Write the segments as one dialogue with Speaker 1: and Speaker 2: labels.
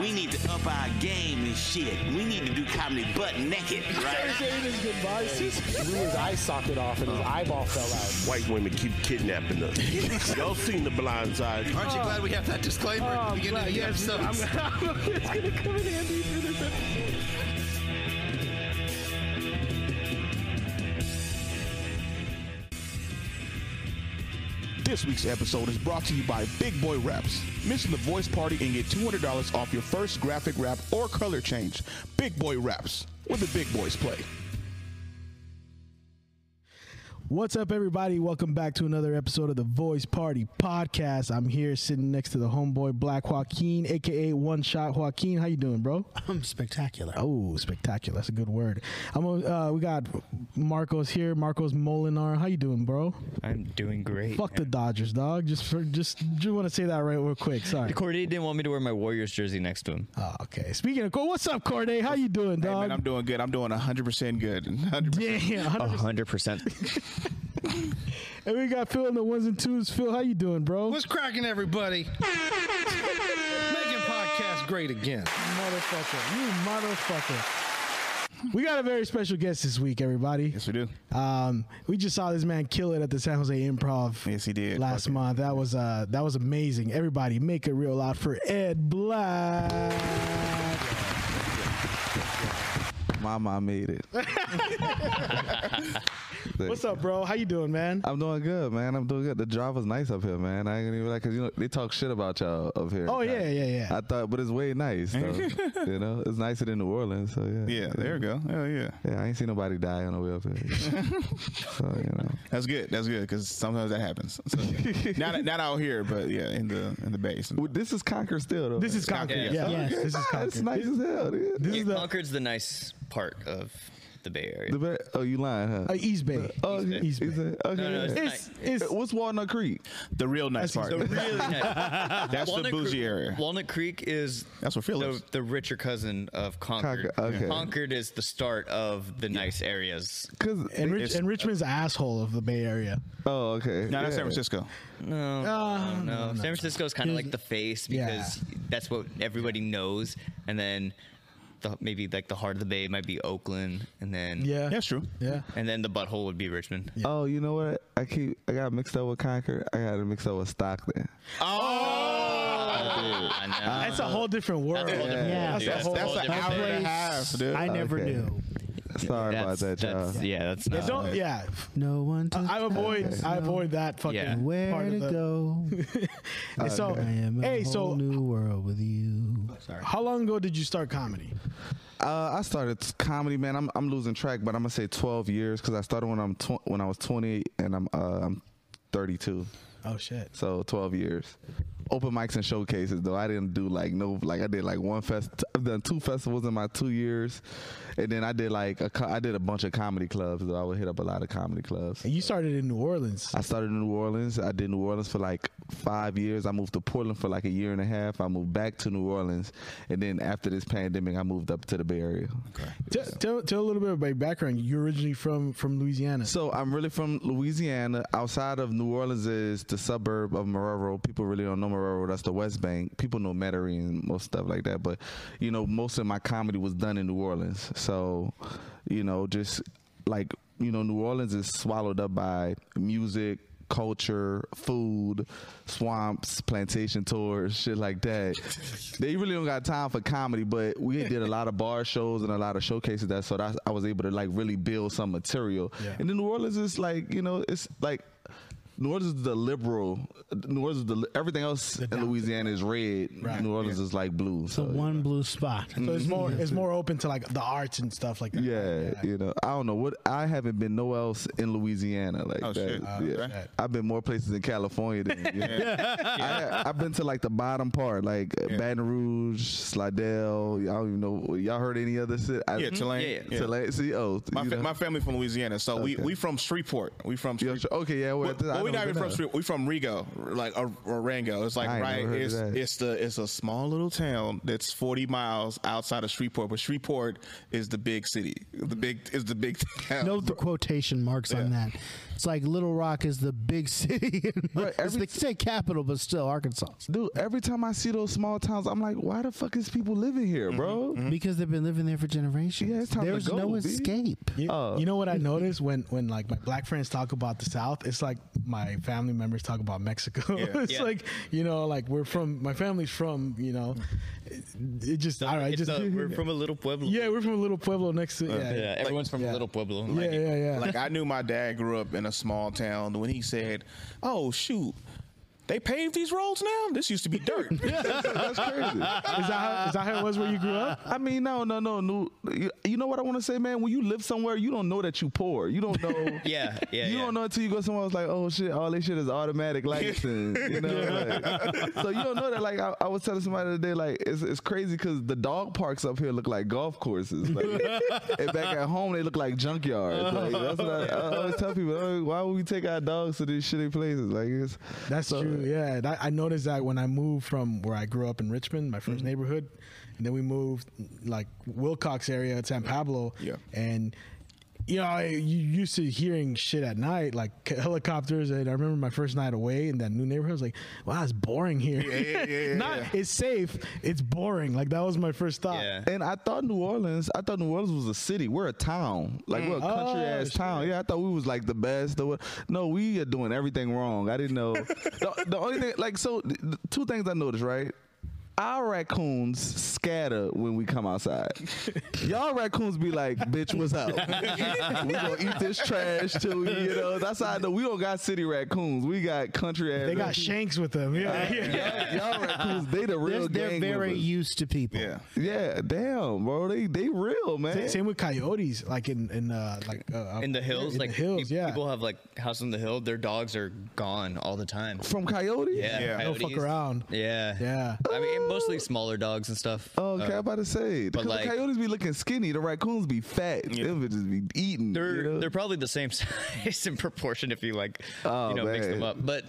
Speaker 1: We need to up our game and shit. We need to do comedy butt naked, right?
Speaker 2: Blew his eye socket off and his eyeball fell out.
Speaker 3: White women keep kidnapping us. Y'all seen the blind side.
Speaker 4: Aren't you glad we have that disclaimer at the beginning of the episode?
Speaker 2: it's gonna come in handy for this episode.
Speaker 5: This week's episode is brought to you by Big Boy Wraps. Mention the voice party and get $200 off your first graphic wrap or color change. Big Boy Wraps, where the big boys play.
Speaker 6: What's up, everybody? Welcome back to another episode of the Voice Party Podcast. I'm here sitting next to the homeboy Black Joaquin, aka One Shot Joaquin. How you doing, bro?
Speaker 7: I'm spectacular.
Speaker 6: Oh, spectacular. That's a good word. I'm. Uh, we got Marcos here. Marcos Molinar. How you doing, bro?
Speaker 8: I'm doing great.
Speaker 6: Fuck the Dodgers, dog. Just for just, just want to say that right real quick. Sorry.
Speaker 8: Cordy didn't want me to wear my Warriors jersey next to him.
Speaker 6: Oh, okay. Speaking of, Cor- what's up, Corday? How you doing,
Speaker 4: Hey,
Speaker 6: dog?
Speaker 4: man, I'm doing good. I'm doing 100% good. 100%.
Speaker 6: yeah. 100%.
Speaker 8: hundred percent.
Speaker 6: And we got Phil in the ones and twos. Phil, how you doing, bro?
Speaker 7: What's cracking, everybody? Making podcast great again.
Speaker 6: Motherfucker. You motherfucker. We got a very special guest this week, everybody.
Speaker 4: Yes, we do.
Speaker 6: Um, we just saw this man kill it at the San Jose Improv.
Speaker 4: Yes, he did.
Speaker 6: Last
Speaker 4: Fuck it.
Speaker 6: month. That was uh that was amazing. Everybody make it real loud for Ed Black.
Speaker 9: Mama made it.
Speaker 6: What's up, bro? How you doing, man?
Speaker 9: I'm doing good, man. I'm doing good. The drive was nice up here, man. I ain't gonna even like, cause you know they talk shit about y'all up here.
Speaker 6: Oh, yeah, yeah, yeah.
Speaker 9: I thought, but it's way nice. Though. you know, it's nicer than New Orleans. So yeah.
Speaker 4: Yeah, there we go. Oh, yeah.
Speaker 9: Yeah, I ain't seen nobody die on the way up here. so you know,
Speaker 4: That's good. That's good because sometimes that happens. So, yeah. not not out here, but yeah, in the in the base.
Speaker 9: Well, this is Concord still though.
Speaker 6: This is Concord. Yeah,
Speaker 9: Okay.
Speaker 6: this is
Speaker 9: Ah, It's
Speaker 6: Concord.
Speaker 9: nice as hell. Dude.
Speaker 6: This is the
Speaker 8: Concord's the nice part of the Bay Area.
Speaker 9: The ba- oh, you lying, huh?
Speaker 6: uh, East Bay.
Speaker 9: oh,
Speaker 6: East Bay.
Speaker 9: East Bay. Okay.
Speaker 8: no, no, it's,
Speaker 6: It's
Speaker 8: nice.
Speaker 6: it's
Speaker 9: What's Walnut Creek?
Speaker 4: The real nice
Speaker 6: That's-
Speaker 4: part.
Speaker 8: The really nice.
Speaker 4: That's the
Speaker 8: Walnut
Speaker 4: bougie
Speaker 8: Creek-
Speaker 4: area.
Speaker 8: Walnut Creek is
Speaker 4: That's where Phil
Speaker 8: the,
Speaker 4: lives.
Speaker 8: the richer cousin of Concord.
Speaker 9: Concord, okay.
Speaker 8: Concord is the start of the nice areas.
Speaker 9: Cause
Speaker 6: and, Rich, and Richmond's the asshole of the Bay Area.
Speaker 9: oh, okay.
Speaker 4: no,
Speaker 9: yeah.
Speaker 4: that's San Francisco.
Speaker 8: No,
Speaker 6: Uh,
Speaker 8: no, no. San Francisco is kind of
Speaker 6: Here's-
Speaker 8: like the face
Speaker 6: Yeah.
Speaker 8: because that's what everybody knows, and then the, maybe like the heart of the Bay might be Oakland, and then
Speaker 6: Yeah.
Speaker 4: That's true.
Speaker 6: Yeah.
Speaker 8: and then the butthole would be Richmond.
Speaker 9: Oh, you know what? I keep I got mixed up with Concord. I got mixed up with Stockton.
Speaker 8: I know.
Speaker 6: That's a whole different world.
Speaker 8: That's a whole different
Speaker 7: Yeah, that's
Speaker 8: world, dude.
Speaker 7: a
Speaker 8: That's
Speaker 7: whole
Speaker 8: a
Speaker 4: That's
Speaker 8: whole
Speaker 4: an
Speaker 8: different
Speaker 4: hour and
Speaker 8: thing.
Speaker 4: a half, dude.
Speaker 7: I never
Speaker 9: Okay.
Speaker 7: knew.
Speaker 9: Sorry about
Speaker 8: That's-
Speaker 9: that, y'all.
Speaker 8: that's- Yeah, that's not.
Speaker 6: Don't yeah.
Speaker 7: No one. To
Speaker 6: I avoid
Speaker 7: tell us
Speaker 6: I avoid that fucking
Speaker 8: Yeah.
Speaker 7: Where
Speaker 6: part
Speaker 7: to
Speaker 6: of the,
Speaker 7: go?
Speaker 6: And so
Speaker 7: I am a
Speaker 6: hey,
Speaker 7: whole
Speaker 6: so
Speaker 7: new world with you.
Speaker 6: how long ago did you start comedy?
Speaker 9: Uh, I started s- comedy, man. I'm I'm losing track, but I'm gonna say 12 years because I started when I'm tw- when I was 20 and I'm uh, I'm 32,
Speaker 6: Oh shit.
Speaker 9: so 12 years. Open mics and showcases though. I didn't do like no like I did like one fest. I've done two festivals in my two years, and then I did like a co- I did a bunch of comedy clubs though. I would hit up a lot of comedy clubs.
Speaker 6: And you started in New Orleans.
Speaker 9: I started in New Orleans. I did New Orleans for like five years. I moved to Portland for like a year and a half. I moved back to New Orleans, and then after this pandemic, I moved up to the Bay Area.
Speaker 6: Tell, tell, tell a little bit about your background. You're originally from from Louisiana.
Speaker 9: So I'm really from Louisiana. Outside of New Orleans is the suburb of Marrero. People really don't know Marrero. That's the West Bank. People know Metairie and most stuff like that. But you know, most of my comedy was done in New Orleans. So you know, just like you know, New Orleans is swallowed up by music. Culture, food, swamps, plantation tours, shit like that. they really don't got time for comedy, but we did a lot of bar shows and a lot of showcases that, so that I was able to like really build some material.
Speaker 6: Yeah.
Speaker 9: And then New Orleans is like, you know, it's like New Orleans is the liberal. New Orleans is the everything else in Louisiana is red. New Orleans is like blue.
Speaker 7: The
Speaker 9: So,
Speaker 7: one blue spot.
Speaker 6: So it's more it's more open to like the arts and stuff like that.
Speaker 9: yeah, you know, I don't know what I haven't been nowhere else in Louisiana like
Speaker 4: Oh,
Speaker 9: that.
Speaker 4: shit. Oh,
Speaker 9: yeah.
Speaker 4: shit.
Speaker 9: I've been more places in California than I, I've been to like the bottom part, like Baton Rouge, Slidell. I don't even know. Y'all heard any other city? I-
Speaker 4: Yeah, Tulane.
Speaker 8: Yeah,
Speaker 4: yeah.
Speaker 9: Tulane. See, oh,
Speaker 4: My,
Speaker 9: you
Speaker 4: fa-
Speaker 9: know.
Speaker 4: my family from Louisiana, so we, we from Shreveport. We from
Speaker 9: Yeah,
Speaker 4: Shreveport.
Speaker 9: sure. okay, yeah. Well,
Speaker 4: Well,
Speaker 9: I
Speaker 4: we're
Speaker 9: know
Speaker 4: not even
Speaker 9: that.
Speaker 4: from Shreveport. We from Rigo, like or, or Rango. It's like
Speaker 9: I ain't
Speaker 4: right.
Speaker 9: never heard of
Speaker 4: It's
Speaker 9: that.
Speaker 4: it's the it's a small little town that's forty miles outside of Shreveport, but Shreveport is the big city. The big is the big town.
Speaker 7: No th- quotation marks on that.
Speaker 6: It's like Little Rock is the big city. in-
Speaker 9: Right,
Speaker 6: it's
Speaker 9: every
Speaker 6: the
Speaker 9: t-
Speaker 6: state capital, but still Arkansas.
Speaker 9: Dude, every time I see those small towns, I'm like, why the fuck is people living here, bro?
Speaker 6: Because they've been living there for generations.
Speaker 9: Yeah, it's time to
Speaker 6: There's
Speaker 9: go,
Speaker 6: no
Speaker 9: B.
Speaker 6: escape.
Speaker 9: You- Oh.
Speaker 6: You know what I noticed when when like my black friends talk about the South, it's like my family members talk about Mexico. it's
Speaker 8: Yeah.
Speaker 6: like you know, like we're from my family's from you know, it, it just all right.
Speaker 8: It's
Speaker 6: Just
Speaker 8: a- we're from a little pueblo.
Speaker 6: yeah, we're from a little pueblo next to yeah.
Speaker 8: Yeah, everyone's from
Speaker 6: yeah.
Speaker 8: a little pueblo.
Speaker 6: Yeah,
Speaker 8: Like,
Speaker 6: yeah, yeah.
Speaker 4: Like I knew my dad grew up in a small town. When he said, "Oh shoot, they paved these roads now. This used to be dirt."
Speaker 9: That's crazy.
Speaker 6: is, that how, is that how it was where you grew up?
Speaker 9: I mean, no, no, no, no. You, you know what I want to say, man? When you live somewhere, you don't know that you poor. You don't know.
Speaker 8: Yeah, yeah,
Speaker 9: You
Speaker 8: yeah.
Speaker 9: don't know until you go somewhere. It's like, oh shit, all this shit is automatic license. you know, like, so you don't know that. Like, I, I was telling somebody the other day, like, it's, it's crazy because the dog parks up here look like golf courses. Like, and back at home, they look like junkyards. Like, that's what I, I always tell people. oh, Why would we take our dogs to these shitty places? Like, it's
Speaker 6: That's true. Yeah, that, I noticed that when I moved from where I grew up in Richmond, my 1st
Speaker 4: Mm-hmm.
Speaker 6: neighborhood, and then we moved like Wilcox area, San Pablo.
Speaker 4: Yeah.
Speaker 6: and you know, I- you used to hearing shit at night, like c- helicopters. And I remember my first night away in that new neighborhood. I was like, wow, it's boring here.
Speaker 4: yeah, yeah, yeah,
Speaker 6: Not it's safe. It's boring. Like that was my first thought.
Speaker 8: Yeah.
Speaker 9: And I thought New Orleans, I thought New Orleans was a city. We're a town, like we're a
Speaker 10: Mm.
Speaker 9: country
Speaker 10: Oh,
Speaker 9: ass town. Yeah, I thought we was like the best. Or what. No, we are doing everything wrong. I didn't know. the, the only thing, like, so th- th- two things I noticed, right? Our raccoons scatter when we come outside. Y'all raccoons be like, bitch, what's up? we gonna eat this trash till we, you know. That's how I know we don't got city raccoons. We got country ass.
Speaker 6: They got shanks with them. Yeah, yeah.
Speaker 9: Y'all raccoons, they the
Speaker 10: They're,
Speaker 9: real
Speaker 10: they're
Speaker 9: gang
Speaker 10: very
Speaker 9: members.
Speaker 10: used to people.
Speaker 4: yeah.
Speaker 9: Yeah, damn, bro. They they real, man.
Speaker 6: Sa- Same with coyotes, like in in uh, like uh,
Speaker 8: In the hills,
Speaker 6: in
Speaker 8: like
Speaker 6: the hills,
Speaker 8: pe-
Speaker 6: yeah.
Speaker 8: people have like house on the hill. Their dogs are gone all the time.
Speaker 9: From Coyote?
Speaker 8: Yeah,
Speaker 4: Yeah.
Speaker 6: They'll fuck
Speaker 8: coyotes.
Speaker 6: around.
Speaker 8: Yeah,
Speaker 6: Yeah.
Speaker 8: I mean, mostly smaller dogs and stuff.
Speaker 9: Oh, okay,
Speaker 8: Uh,
Speaker 9: I'm about to say. Because
Speaker 8: like-
Speaker 9: the coyotes be looking skinny, the raccoons be fat. Them bitches be eating.
Speaker 8: they're
Speaker 9: you know?
Speaker 8: they're probably the same size in proportion if you like
Speaker 9: Oh,
Speaker 8: you know mix
Speaker 9: man.
Speaker 8: them up. But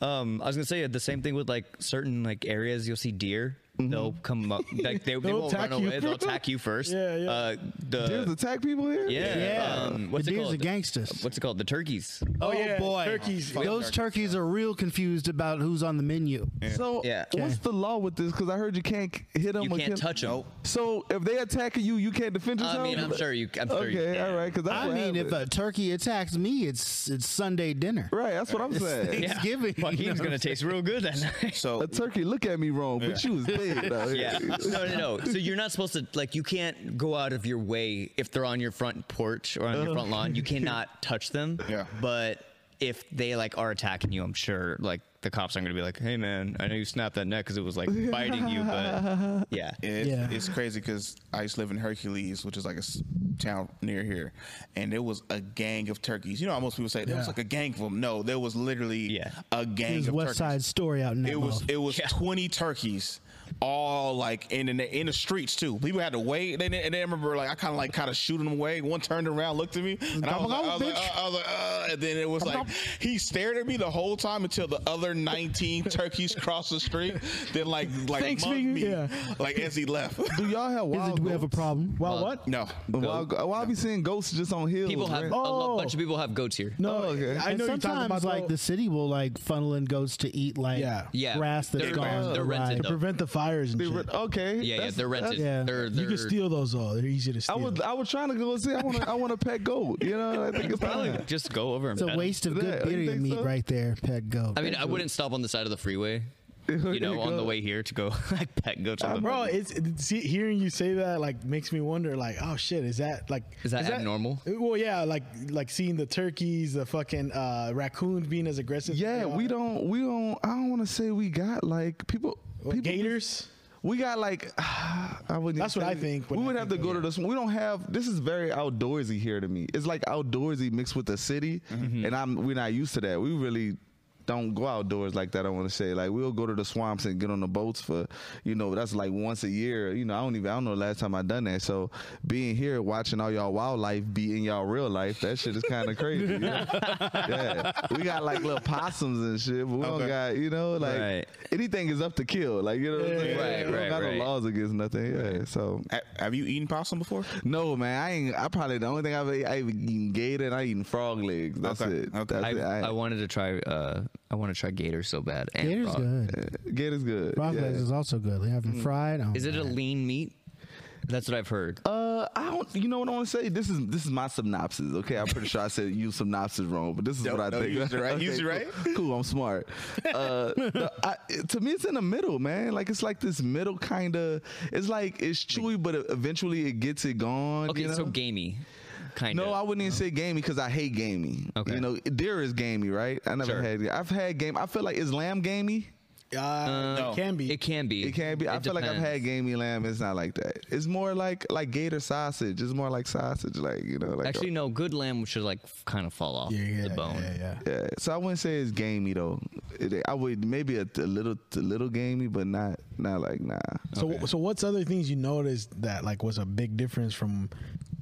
Speaker 8: um, I was gonna say the same thing with like certain like areas you'll see deer. They'll come up like they, they
Speaker 6: They'll
Speaker 8: won't run
Speaker 6: attack you.
Speaker 8: away. They'll attack you first.
Speaker 6: Yeah, yeah.
Speaker 8: Uh, the
Speaker 9: There's attack people here?
Speaker 8: yeah,
Speaker 10: Yeah.
Speaker 8: Um, what's
Speaker 10: the
Speaker 8: it
Speaker 10: deer's
Speaker 8: called?
Speaker 10: are gangsters.
Speaker 8: What's it called? The turkeys.
Speaker 10: Oh,
Speaker 6: yeah,
Speaker 10: boy,
Speaker 6: turkeys.
Speaker 10: Those turkeys are real confused about who's on the menu.
Speaker 9: So
Speaker 8: Yeah.
Speaker 9: what's the law with this? Because I heard you can't k- hit them.
Speaker 8: You
Speaker 9: or
Speaker 8: can't
Speaker 9: kill-
Speaker 8: touch 'em. Nope.
Speaker 9: So if they attacking you, you can't defend yourself.
Speaker 8: I mean, I'm sure you. I'm sure
Speaker 9: okay,
Speaker 8: you can.
Speaker 9: all right. Because that's
Speaker 10: I
Speaker 9: what
Speaker 10: mean, if
Speaker 9: happened.
Speaker 10: a turkey attacks me, it's it's Sunday dinner.
Speaker 9: right, that's what I'm saying.
Speaker 8: Yeah.
Speaker 10: Thanksgiving,
Speaker 8: Fuck,
Speaker 10: you
Speaker 8: he was
Speaker 10: know.
Speaker 8: gonna taste real good that night.
Speaker 4: So
Speaker 9: A turkey look at me wrong, but you was big. though.
Speaker 8: Yeah. No, no, no. So you're not supposed to like you can't go out of your way if they're on your front porch or on your front lawn. You cannot touch them.
Speaker 4: Yeah.
Speaker 8: But if they like are attacking you, I'm sure like the cops aren't gonna be like, "Hey, man, I know you snapped that neck because it was like biting you," but yeah.
Speaker 4: It's,
Speaker 10: Yeah.
Speaker 4: it's crazy because I used to live in Hercules, which is like a s- town near here, and there was a gang of turkeys. You know, how most people say there was
Speaker 6: Yeah.
Speaker 4: like a gang of them. No, there was literally
Speaker 8: Yeah.
Speaker 4: a gang
Speaker 10: His
Speaker 4: of
Speaker 10: West
Speaker 4: turkeys.
Speaker 10: Side Story out in that
Speaker 4: It was
Speaker 10: motherfucker.
Speaker 4: it was twenty turkeys, all like in the na- in the streets too. People had to wait. They didn't, and they remember like I kind of like kind of shooting them away. One turned around, looked at me, and I was like, I was like, uh, I was like uh, and then it was like he stared at me the whole time until the other nineteen turkeys crossed the street. Then like like
Speaker 6: Thanks,
Speaker 4: mugged
Speaker 6: nigga.
Speaker 4: me
Speaker 6: Yeah.
Speaker 4: like as he left.
Speaker 9: Do y'all have
Speaker 10: Is
Speaker 9: wild?
Speaker 10: it, do we have a
Speaker 9: goats?
Speaker 10: problem?
Speaker 8: Uh,
Speaker 6: Well, what?
Speaker 4: no,
Speaker 9: Wild, go- oh, I be seeing ghosts just on hills.
Speaker 8: People have
Speaker 9: man.
Speaker 8: a lo-
Speaker 6: Oh.
Speaker 8: bunch of people have goats here.
Speaker 6: No,
Speaker 9: Oh, okay.
Speaker 6: I
Speaker 10: and
Speaker 6: know you're talking
Speaker 10: sometimes
Speaker 6: about
Speaker 10: like
Speaker 6: though-
Speaker 10: the city will like funnel in goats to eat like
Speaker 6: Yeah.
Speaker 8: Yeah.
Speaker 10: grass that's
Speaker 8: They're-
Speaker 10: gone.
Speaker 8: they're
Speaker 10: awry.
Speaker 8: rented,
Speaker 6: to
Speaker 8: though.
Speaker 6: prevent the fires and
Speaker 9: They
Speaker 6: shit.
Speaker 9: re- okay.
Speaker 8: Yeah, yeah,
Speaker 9: that's-
Speaker 8: they're rented.
Speaker 10: yeah.
Speaker 8: They're, they're
Speaker 6: you can steal those all. They're easy to
Speaker 9: I
Speaker 6: steal.
Speaker 9: was I was trying to go see. I want to I want a pet goat. You know, I think it's
Speaker 8: probably
Speaker 9: fine.
Speaker 8: just go over and
Speaker 10: It's
Speaker 8: pet
Speaker 10: a
Speaker 8: 'em.
Speaker 10: waste of
Speaker 9: Yeah,
Speaker 10: good
Speaker 9: you
Speaker 10: birria
Speaker 9: think
Speaker 10: meat
Speaker 9: so?
Speaker 10: right there, pet goat.
Speaker 8: I mean, I wouldn't stop on the side of the freeway, you know, on the way here to go like pet goats. On the
Speaker 6: Uh, Bro, it's, it's- see, hearing you say that like makes me wonder like, oh shit, is that like
Speaker 8: Is that abnormal?
Speaker 6: Well, yeah, like like seeing the turkeys, the fucking uh, raccoons being as aggressive. Uh,
Speaker 9: Yeah,
Speaker 6: you know,
Speaker 9: we don't we don't. I don't want to say we got like people.
Speaker 6: or
Speaker 9: people
Speaker 6: gators.
Speaker 9: We got like. I wouldn't.
Speaker 6: That's
Speaker 9: even
Speaker 6: what
Speaker 9: say-
Speaker 6: I think
Speaker 9: We
Speaker 6: when I
Speaker 9: would have to
Speaker 6: think
Speaker 9: go
Speaker 6: of
Speaker 9: to
Speaker 6: it.
Speaker 9: this. one. We don't have. This is very
Speaker 6: Mm-hmm.
Speaker 9: outdoorsy here to me. It's like outdoorsy mixed with the city, and I'm we're not used to that. We really don't go outdoors like that. I want to say like we'll go to the swamps and get on the boats for you know that's like once a year. You know I don't even I don't know the last time I done that. So being here watching all y'all wildlife be in y'all real life that shit is kind of crazy. you know? yeah, we got like little possums and shit, but we don't got you know like
Speaker 8: Right.
Speaker 9: anything is up to kill. Like you know what I'm saying?
Speaker 8: Right,
Speaker 9: we don't
Speaker 8: right,
Speaker 9: got
Speaker 8: right.
Speaker 9: no laws against nothing. Yeah, so
Speaker 4: Ha- Have you eaten possum before?
Speaker 9: no, man, I ain't. I probably the only thing I've ate, I've eaten gator and I eaten frog legs. That's
Speaker 4: Okay,
Speaker 9: it.
Speaker 4: okay.
Speaker 9: That's
Speaker 8: I,
Speaker 9: it. I,
Speaker 8: I wanted to try. Uh, I want to try gator so bad. And
Speaker 10: Gator's
Speaker 8: frog.
Speaker 10: good.
Speaker 9: gator's good.
Speaker 10: Frog
Speaker 9: yeah.
Speaker 10: legs is also good. They have them fried. Oh,
Speaker 8: Uh, Mm. Is it a
Speaker 10: man.
Speaker 8: lean meat? That's what I've heard.
Speaker 9: Uh, I don't. You know what I want to say? This is this is my synopsis. Okay, I'm pretty sure I said you synopsis wrong, but this is what I
Speaker 4: no,
Speaker 9: think.
Speaker 4: you used it right. You used it
Speaker 9: cool.
Speaker 4: right.
Speaker 9: Cool. I'm smart. Uh, no, I, to me, it's in the middle, man. Like it's like this middle kind of. It's like it's chewy, but eventually it gets it gone.
Speaker 8: Okay,
Speaker 9: you know?
Speaker 8: so gamey, kind of.
Speaker 9: No, I wouldn't even say gamey because I hate gamey.
Speaker 8: Okay.
Speaker 9: You know, deer is gamey, right? I never
Speaker 8: Sure.
Speaker 9: had. I've had game. I feel like is lamb gamey.
Speaker 6: Uh, it can be.
Speaker 8: It can be.
Speaker 9: It can't be. I
Speaker 8: It
Speaker 9: feel like I've
Speaker 8: depends.
Speaker 9: had gamey lamb. It's not like that. It's more like like gator sausage. It's more like sausage, like you know, like
Speaker 8: Actually, no. Good lamb should like kind of fall off
Speaker 10: Yeah, yeah,
Speaker 8: the bone.
Speaker 10: Yeah, yeah.
Speaker 9: Yeah. So I wouldn't say it's gamey though. It, I would maybe a, a little a little gamey, but not not like nah.
Speaker 6: So, so what's other things you noticed that like was a big difference from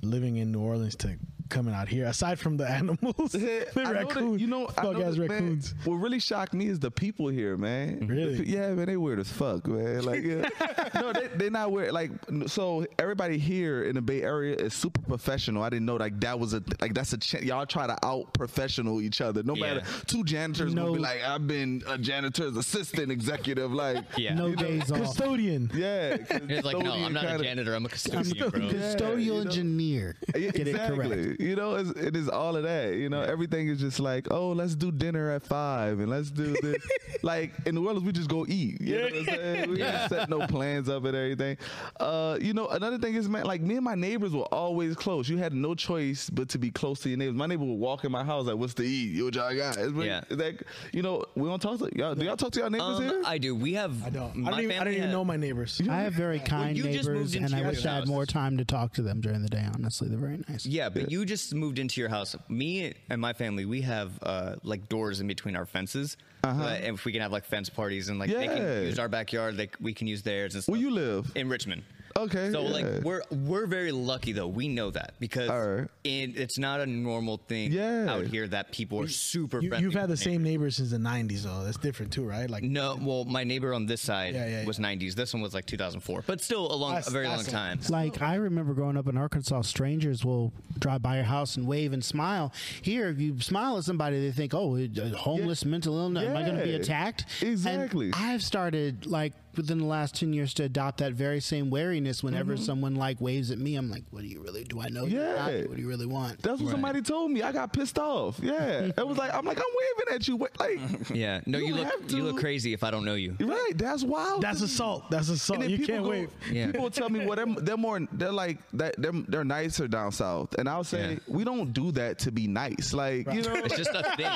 Speaker 6: living in New Orleans to coming out here? Aside from the animals, the
Speaker 9: I know that-
Speaker 6: raccoons,
Speaker 9: you know, I
Speaker 6: fuck
Speaker 9: know
Speaker 6: ass
Speaker 9: that, man,
Speaker 6: raccoons.
Speaker 9: what really shocked me is the people here, man. The
Speaker 6: Really?
Speaker 9: pe- yeah, man, they weird as fuck, man. Like, yeah. no, they, they're not weird. Like, n- so everybody here in the Bay Area is super professional. I didn't know like that was a like that's a ch- y'all try to out professional each other. No matter
Speaker 8: Yeah.
Speaker 9: two janitors
Speaker 10: No.
Speaker 9: will be like, I've been a janitor's assistant, executive, like.
Speaker 8: Yeah.
Speaker 10: No days off.
Speaker 6: Custodian.
Speaker 9: Yeah,
Speaker 8: It's like no, I'm not a janitor. I'm a custodian, bro.
Speaker 10: Custodial
Speaker 9: you know.
Speaker 10: engineer.
Speaker 9: Yeah,
Speaker 10: Get it
Speaker 9: exactly.
Speaker 10: correct.
Speaker 9: You know, it's, it is all of that. You know, everything is just like, oh, let's do dinner at five and let's do this. like in the world, we just go eat. You know what I'm saying? We don't set no plans up and everything. Uh, you know, another thing is, man, like me and my neighbors were always close. You had no choice but to be close to your neighbors. My neighbor would walk in my house like, what's to eat? Yo, What y'all got? It's been-
Speaker 8: Yeah.
Speaker 9: it's like, you know, we don't talk to y'all. Do y'all talk to y'all neighbors here?
Speaker 8: Um, I do. We have.
Speaker 6: I don't.
Speaker 8: My
Speaker 6: I don't, even, I
Speaker 8: family
Speaker 6: don't even
Speaker 8: had-
Speaker 6: know my neighbors.
Speaker 10: I have very kind
Speaker 8: you just
Speaker 10: neighbors,
Speaker 8: moved into
Speaker 10: and I
Speaker 8: your
Speaker 10: wish I had
Speaker 8: house.
Speaker 10: more time to talk to them during the day. Honestly, they're very nice.
Speaker 8: Yeah, but you just moved into your house. Me and my family, we have uh, like doors in between our fences. Uh-huh. and if we can have like fence parties and like they
Speaker 9: Yeah.
Speaker 8: can use our backyard, like we can use theirs. And stuff.
Speaker 9: Where you live?
Speaker 8: in Richmond.
Speaker 9: Okay,
Speaker 8: So
Speaker 9: yeah.
Speaker 8: like we're we're very lucky though. We know that because
Speaker 9: All right.
Speaker 8: it, it's not a normal thing
Speaker 9: Yeah.
Speaker 8: out here that people are super.
Speaker 6: You,
Speaker 8: friendly
Speaker 6: you've had the
Speaker 8: with
Speaker 6: same neighbors since the '90s, though. That's different too, right? Like
Speaker 8: No, well, my neighbor on this side
Speaker 6: Yeah, yeah,
Speaker 8: was
Speaker 6: yeah.
Speaker 8: 90s. This one was like 2004, but still a long,
Speaker 6: That's-
Speaker 8: a very long
Speaker 6: that's a-
Speaker 8: time.
Speaker 10: Like I remember growing up in Arkansas, strangers will drive by your house and wave and smile. Here, if you smile at somebody, they think, "Oh, a- a homeless, mental illness. Am I going to be
Speaker 9: Yeah.
Speaker 10: attacked?" And
Speaker 9: Exactly.
Speaker 10: I've started like within the last ten years to adopt that very same wariness. Whenever
Speaker 8: Mm-hmm.
Speaker 10: someone like waves at me, I'm like, "What do you really? Do I know? you or not?
Speaker 9: Yeah.
Speaker 10: What do you really want?"
Speaker 9: That's what somebody told me. I got pissed off. Yeah, it was like I'm like I'm waving at you. What- Like,
Speaker 8: Yeah, no, you,
Speaker 9: don't
Speaker 8: look
Speaker 9: have
Speaker 8: you
Speaker 9: to.
Speaker 8: look crazy if I don't know you.
Speaker 9: Right, that's wild.
Speaker 6: that's
Speaker 9: to me.
Speaker 6: assault. That's assault.
Speaker 9: And then
Speaker 6: You
Speaker 9: people
Speaker 6: can't
Speaker 9: go-
Speaker 6: wave.
Speaker 8: Yeah.
Speaker 9: People tell me, well, they're, they're more, they're like, they're, they're, they're nicer down south. And I'll say,
Speaker 8: Yeah.
Speaker 9: we don't do that to be nice. Like, you know,
Speaker 8: It's just a thing.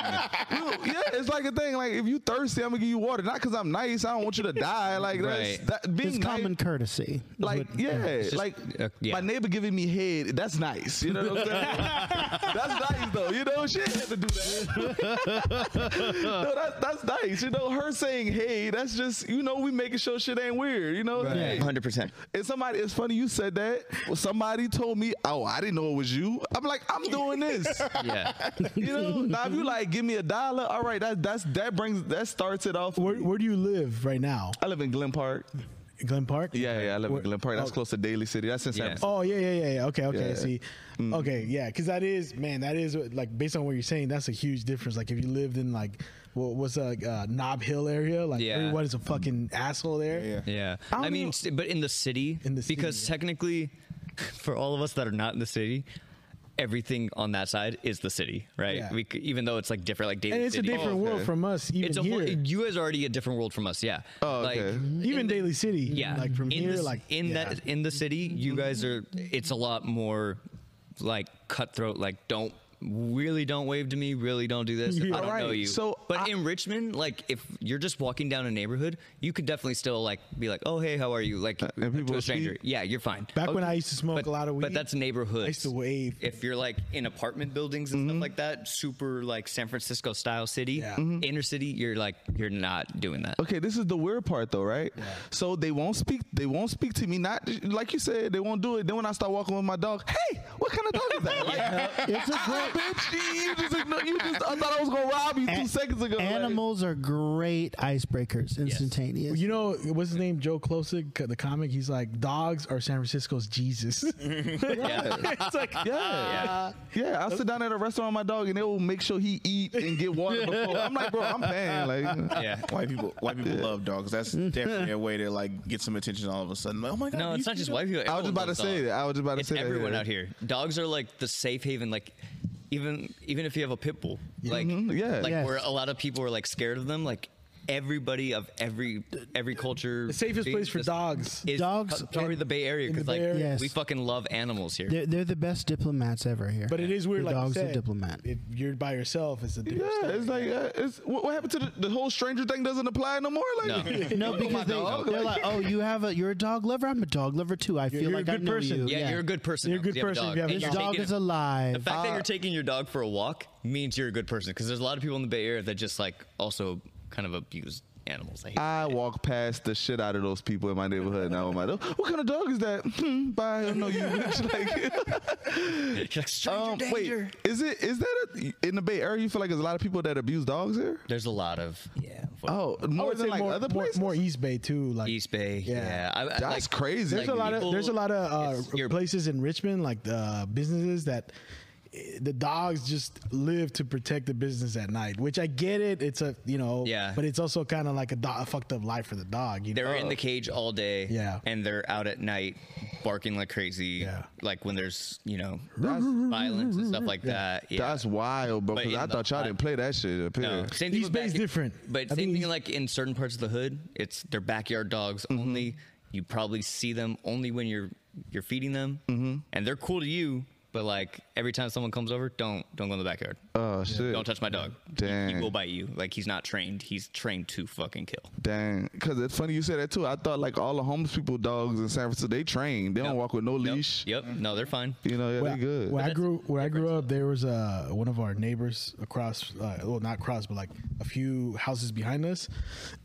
Speaker 9: we don't- yeah, it's like a thing. Like, if you thirsty, I'm going to give you water. Not because I'm nice. I don't want you to die. Like,
Speaker 8: Right.
Speaker 9: that's, that, being
Speaker 10: It's
Speaker 9: nice,
Speaker 10: common courtesy. is
Speaker 9: Like,
Speaker 10: what-
Speaker 9: yeah,
Speaker 8: just-
Speaker 9: like
Speaker 8: uh, yeah.
Speaker 9: my neighbor giving me head, that's nice. You know what I'm saying? that's nice though. You know, she ain't had to do that. no, that, that's nice. You know, her saying hey, that's just you know we making sure shit ain't weird. You know, Hey.
Speaker 8: 100%.
Speaker 9: And somebody, it's funny you said that. Well, somebody told me, oh, I didn't know it was you. I'm like, I'm doing this.
Speaker 8: Yeah.
Speaker 9: you know, now if you like, give me a dollar. All right, that that's that brings that starts it off.
Speaker 6: Where, where do you live right now?
Speaker 9: I live in Glen Park.
Speaker 6: Glen Park.
Speaker 9: Yeah, yeah, I live in Glen Park. That's close to Daly City. That's in San
Speaker 8: Yeah.
Speaker 9: Francisco.
Speaker 6: Oh yeah, yeah, yeah. yeah. Okay, okay.
Speaker 9: Yeah. Mm.
Speaker 6: I See, okay, yeah, because that is man, that is what- like based on what you're saying, that's a huge difference. Like if you lived in like what was a uh, Knob Hill area, like
Speaker 8: Yeah.
Speaker 6: everyone is a fucking asshole there. Yeah,
Speaker 8: Yeah. I, mean, s- but in the city,
Speaker 6: In the city,
Speaker 8: because
Speaker 6: yeah.
Speaker 8: technically, for all of us that are not in the city, everything on that side is the city, right?
Speaker 6: Yeah.
Speaker 8: We, c- even though it's like different, like Daly
Speaker 6: and it's a
Speaker 8: City.
Speaker 6: different
Speaker 9: Oh,
Speaker 6: world from us. Even
Speaker 8: It's a
Speaker 6: here,
Speaker 8: whole, you guys are already a different world from us, yeah.
Speaker 9: Oh,
Speaker 8: Like,
Speaker 9: okay.
Speaker 6: even Daly City.
Speaker 8: yeah
Speaker 6: like from
Speaker 8: in
Speaker 6: here,
Speaker 8: this-
Speaker 6: like
Speaker 8: in
Speaker 6: yeah. Mm-hmm.
Speaker 8: that in the city you guys are it's a lot more like cutthroat like don't really don't wave to me, really don't do this. I don't know
Speaker 9: Alright,
Speaker 8: you.
Speaker 9: so
Speaker 8: but in Richmond, like if you're just walking down a neighborhood, you could definitely still like be like, oh hey, how are you? Like
Speaker 9: and Uh, people
Speaker 8: to
Speaker 9: will
Speaker 8: a stranger.
Speaker 9: speak.
Speaker 8: Yeah, you're fine.
Speaker 6: Back when
Speaker 8: Okay.
Speaker 6: I used to smoke
Speaker 8: But-
Speaker 6: a lot of weed,
Speaker 8: But that's neighborhood.
Speaker 6: I used to wave.
Speaker 8: If you're like in apartment buildings and
Speaker 9: Mm-hmm.
Speaker 8: stuff like that, super like San Francisco style city,
Speaker 6: Mm-hmm.
Speaker 8: inner city, you're like you're not doing that.
Speaker 9: Okay, this is the weird part though, right? So they won't speak. They won't speak to me. Not like you said, they won't do it. Then when I start walking with my dog, hey, what kind of dog is that? Like, "Ah,
Speaker 10: It's a great.
Speaker 9: bitch, you- you just, igno- you just, I thought I was gonna rob you two seconds ago. like-
Speaker 10: Animals are great icebreakers, instantaneous.
Speaker 6: You know, what's his name? Joe Klosick, the comic. He's like, dogs are San Francisco's Jesus. it's like,
Speaker 9: yeah. yeah, I'll sit down at a restaurant with my dog and they will make sure he eat and get water before. I'm like, bro, I'm paying. Like,
Speaker 8: Yeah.
Speaker 4: White people, white people love dogs. That's definitely a way to like get some attention all of a sudden. Like, oh my god!
Speaker 8: No,
Speaker 4: you
Speaker 8: it's not
Speaker 4: see
Speaker 8: just
Speaker 4: that?
Speaker 8: white people.
Speaker 9: I was just
Speaker 8: Everyone
Speaker 9: about to
Speaker 8: loves
Speaker 9: say
Speaker 8: dogs.
Speaker 9: that. I was just about to
Speaker 8: it's
Speaker 9: say that,
Speaker 8: everyone
Speaker 9: yeah.
Speaker 8: out here. Dogs are like the safe haven. Like even even if you have a pit bull, like
Speaker 9: Mhm, yeah.
Speaker 8: like
Speaker 10: Yes.
Speaker 8: where a lot of people are like scared of them. Like everybody of every every culture,
Speaker 6: The safest
Speaker 8: being
Speaker 6: place for
Speaker 8: this-
Speaker 6: dogs.
Speaker 8: is
Speaker 10: Dogs
Speaker 8: probably
Speaker 10: in-
Speaker 8: the Bay Area
Speaker 6: in the
Speaker 8: because like
Speaker 6: Bay
Speaker 10: Area.
Speaker 8: we
Speaker 10: Yes.
Speaker 8: fucking love animals here.
Speaker 10: They're, they're the best diplomats ever here.
Speaker 6: But it is weird,
Speaker 10: The
Speaker 6: like you
Speaker 10: dog's a
Speaker 6: said,
Speaker 10: diplomat.
Speaker 6: If you're by yourself, it's a different
Speaker 9: yeah,
Speaker 6: story.
Speaker 9: it's like, uh, it's what, what happened to the, the whole stranger thing? Doesn't apply no more. Like,
Speaker 8: No.
Speaker 6: Oh,
Speaker 10: no,
Speaker 9: You know my
Speaker 10: because they,
Speaker 9: dog?
Speaker 10: they're like, oh, you have a, you're a dog lover. I'm a dog lover too. I feel
Speaker 6: you're a
Speaker 10: like I
Speaker 6: good
Speaker 10: know
Speaker 6: person.
Speaker 10: you.
Speaker 8: yeah, you're a good person.
Speaker 6: You're a
Speaker 8: now 'cause
Speaker 6: good
Speaker 8: you have
Speaker 6: person if you have a
Speaker 8: and
Speaker 10: This
Speaker 8: you're
Speaker 10: dog
Speaker 8: taking
Speaker 10: is
Speaker 8: it-
Speaker 10: alive.
Speaker 8: The fact that
Speaker 9: Uh,
Speaker 8: you're taking your dog for a walk means you're a good person because there's a lot of people in the Bay Area that just like also kind of abuse animals. I hate
Speaker 9: I walk past the shit out of those people in my neighborhood now. I'm like, "Oh, what kind of dog is that? Hmm, bye. I don't know you. bitch." like,
Speaker 8: You're like, "Stranger
Speaker 9: um, wait,
Speaker 8: danger."
Speaker 9: is it is that a, in the Bay Area? You feel like there's a lot of people that abuse dogs here?
Speaker 8: There's a lot of yeah.
Speaker 9: Oh,
Speaker 6: I
Speaker 9: more
Speaker 6: would
Speaker 9: than
Speaker 6: say
Speaker 9: like
Speaker 6: more,
Speaker 9: other
Speaker 6: more,
Speaker 9: places.
Speaker 6: more East Bay too. Like
Speaker 8: East Bay.
Speaker 6: Oh, Yeah.
Speaker 8: Yeah, I, I,
Speaker 9: That's crazy.
Speaker 6: there's a lot of there's a lot of
Speaker 8: it's
Speaker 6: uh,
Speaker 8: your-
Speaker 6: places in Richmond, like the uh, businesses that eh, the dogs just live to protect the business at night. Which I get it. It's a you know,
Speaker 8: Yeah.
Speaker 6: But it's also kind of like a, do- a fucked up life for the dog. You
Speaker 8: They're
Speaker 6: know?
Speaker 8: in the cage all day.
Speaker 6: Yeah.
Speaker 8: and they're out at night barking like crazy.
Speaker 6: Yeah.
Speaker 8: like when there's you know violence and stuff like that. Yeah.
Speaker 9: That's wild, bro.
Speaker 8: But
Speaker 9: Because
Speaker 8: in
Speaker 9: I
Speaker 8: the
Speaker 9: thought y'all
Speaker 8: hot-
Speaker 9: didn't play that shit up here.
Speaker 8: No, same thing
Speaker 6: East
Speaker 8: with
Speaker 6: Bay's
Speaker 8: back-
Speaker 6: different. I
Speaker 8: But
Speaker 6: think
Speaker 8: same thing
Speaker 6: East-
Speaker 8: like in certain parts of the hood, it's their backyard dogs only. You probably see them only when you're you're feeding them, mm-hmm. and they're cool to you. But like every time someone comes over, don't don't go in the backyard.
Speaker 9: Oh shit!
Speaker 8: Don't touch my dog. He- He,
Speaker 9: Dang.
Speaker 8: will bite you. Like he's not trained. He's trained to fucking kill.
Speaker 9: Dang, because it's funny you said that too. I thought like all the homeless people dogs in San Francisco they train. They don't
Speaker 8: Yep.
Speaker 9: walk with no
Speaker 8: Yep.
Speaker 9: leash.
Speaker 8: Yep. No, they're fine.
Speaker 9: You know, yeah,
Speaker 6: Where,
Speaker 9: they good.
Speaker 6: where I
Speaker 8: that's
Speaker 6: grew where I grew up, there was uh, one of our neighbors across, uh, well, not across, but like a few houses behind us.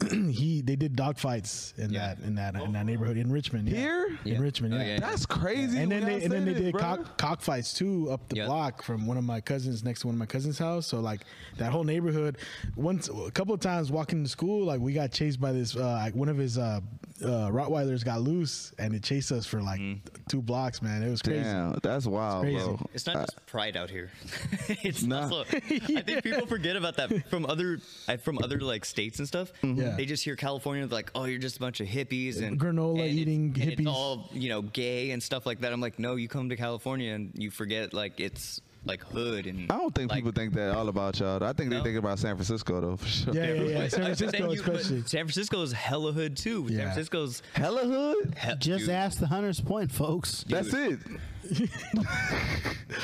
Speaker 6: he they did dog fights in
Speaker 8: Yeah. Oh.
Speaker 6: that in that in that neighborhood in Richmond. yeah.
Speaker 9: Here?
Speaker 6: in
Speaker 8: Yeah.
Speaker 6: Richmond,
Speaker 8: Oh,
Speaker 6: yeah.
Speaker 8: yeah, yeah.
Speaker 9: That's crazy.
Speaker 6: And then
Speaker 9: when
Speaker 6: they
Speaker 9: y'all
Speaker 6: and then
Speaker 9: said
Speaker 6: they
Speaker 9: it,
Speaker 6: did
Speaker 9: bro.
Speaker 6: cock, cock fights too up the
Speaker 8: Yeah.
Speaker 6: block from one of my cousins next to one of my cousins' house. So like that whole neighborhood. Once a couple of times walking to school, like we got chased by this. Uh, like one of his uh, uh, Rottweilers got loose and it chased us for like
Speaker 8: Mm-hmm.
Speaker 6: two blocks. Man, it was crazy.
Speaker 9: Damn, that's wild,
Speaker 6: crazy.
Speaker 9: bro.
Speaker 8: It's not just pride out here. it's
Speaker 9: Uh, Nah.
Speaker 8: also I think people forget about that from other I- from other like states and stuff.
Speaker 9: Mm-hmm.
Speaker 6: Yeah.
Speaker 8: They just hear California like, oh, you're just a bunch of hippies and
Speaker 6: Granola
Speaker 8: and it's-
Speaker 6: eating
Speaker 8: and It's
Speaker 6: hippies.
Speaker 8: all you know, gay and stuff like that. I'm like, no, you come to California and you forget like it's like hood and
Speaker 9: I don't think
Speaker 8: like,
Speaker 9: people think that all about y'all. though. I think they
Speaker 8: No.
Speaker 9: think about San Francisco though, for sure.
Speaker 6: Yeah, yeah, yeah.
Speaker 8: But-
Speaker 6: San
Speaker 8: but then
Speaker 6: Francisco
Speaker 8: you- but
Speaker 6: especially.
Speaker 8: San Francisco is hella hood too.
Speaker 6: Yeah.
Speaker 8: San Francisco's
Speaker 9: Hella hood.
Speaker 8: he-
Speaker 10: Just
Speaker 8: dude,
Speaker 10: ask the Hunter's Point, folks.
Speaker 9: That's it.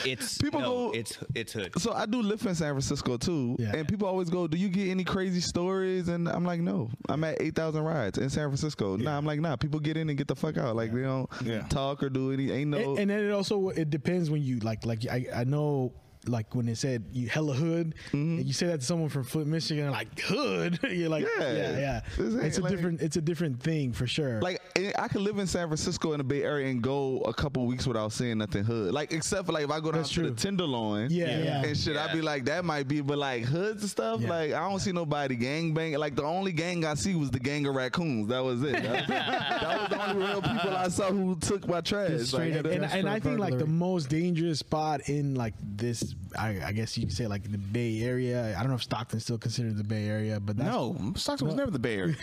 Speaker 8: It's
Speaker 9: people
Speaker 8: people
Speaker 9: go-
Speaker 8: It's it's hood.
Speaker 9: So I do live in San Francisco too,
Speaker 6: Yeah.
Speaker 9: and people always go, "Do you get any crazy stories?" And I'm like, "No, I'm at eight thousand rides in San Francisco." Nah, I'm like, "Nah." People get in and get the fuck out. Like they don't
Speaker 4: Yeah.
Speaker 9: talk or do any. Ain't no.
Speaker 6: and, and then it also it depends when you like like I, I know like when they said you hella hood and you say that to someone from Flint Michigan they're like hood you're like
Speaker 9: Yeah.
Speaker 6: yeah yeah,
Speaker 9: This ain't
Speaker 6: it's a
Speaker 9: like-
Speaker 6: different it's a different thing for sure
Speaker 9: like I- I could live in San Francisco in the Bay Area and go a couple weeks without seeing nothing hood. Like except for like if I go down
Speaker 6: That's
Speaker 9: to the
Speaker 6: true.
Speaker 9: Tenderloin,
Speaker 6: Yeah. Yeah.
Speaker 9: and shit, I'd be
Speaker 8: Yeah.
Speaker 9: like that might be, but like hoods and stuff,
Speaker 6: Yeah.
Speaker 9: like I don't see nobody gang bang. Like the only gang I see was the gang of raccoons. That was it. That was, it. That was the only real people I saw who took my trash.
Speaker 10: Just straight
Speaker 9: Like,
Speaker 10: up
Speaker 9: that-
Speaker 6: and,
Speaker 10: That's
Speaker 6: and
Speaker 10: for
Speaker 6: I think like the
Speaker 10: burglary.
Speaker 6: most dangerous spot in like this I, I guess you could say like the Bay Area I don't know if Stockton's still considered the Bay Area but that's,
Speaker 4: No, Stockton was never the Bay Area.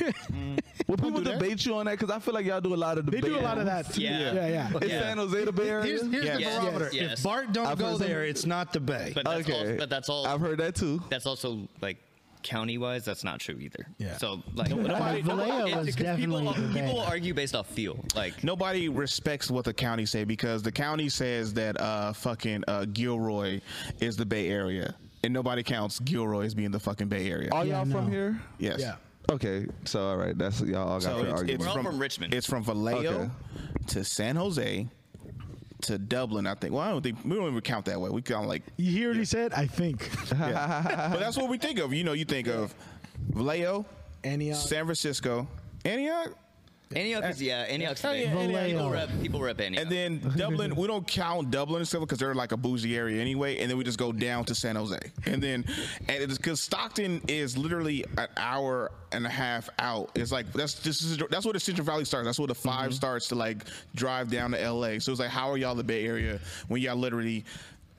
Speaker 9: well, people
Speaker 4: do that.
Speaker 9: debate you on that because I feel like y'all do a lot of
Speaker 6: they
Speaker 9: debate.
Speaker 6: do a lot of that too.
Speaker 8: Yeah.
Speaker 6: yeah yeah
Speaker 9: Is
Speaker 8: Yeah.
Speaker 9: San Jose the Bay Area?
Speaker 7: Here's, here's the
Speaker 8: Yes,
Speaker 7: barometer.
Speaker 8: yes, yes.
Speaker 7: If Bart don't
Speaker 9: I've
Speaker 7: go
Speaker 9: heard some-
Speaker 7: there, it's not the Bay.
Speaker 8: But that's all. But that's all.
Speaker 9: I've heard that too.
Speaker 8: that's also like county wise, that's not true either.
Speaker 6: Yeah.
Speaker 8: So like
Speaker 10: nobody- Vallejo
Speaker 8: it's
Speaker 10: was
Speaker 8: because people-
Speaker 10: definitely
Speaker 8: people,
Speaker 10: bad.
Speaker 8: argue based off feel. Like
Speaker 4: Nobody respects what the county say because the county says that uh, fucking uh, Gilroy is the Bay Area, and nobody counts Gilroy as being the fucking Bay Area.
Speaker 9: Are
Speaker 10: Yeah,
Speaker 9: y'all
Speaker 10: no.
Speaker 9: from here?
Speaker 4: yes.
Speaker 6: Yeah.
Speaker 9: Okay, so all right, that's y'all all got
Speaker 4: So
Speaker 9: your
Speaker 4: it's,
Speaker 9: argument.
Speaker 4: it's
Speaker 8: We're all from Richmond.
Speaker 4: It's from Vallejo
Speaker 9: Okay.
Speaker 4: to San Jose to Dublin. I think. Well, I don't think we don't even count that way. We count like,
Speaker 6: You hear what he said? I think.
Speaker 4: but that's what we think of. You know, you think of Vallejo,
Speaker 6: Antioch.
Speaker 4: San Francisco, Antioch,
Speaker 8: Antioch is yeah, Antioch's big. People
Speaker 10: Vallejo.
Speaker 8: rep people rep Antioch.
Speaker 4: and then Dublin. we don't count Dublin and stuff because they're like a bougie area anyway. And then we just go down to San Jose, and then and it's because Stockton is literally an hour and a half out. It's like that's this is that's where the Central Valley starts. That's where the 5 starts to like drive down to L.A. So it's like, how are y'all the Bay Area when y'all literally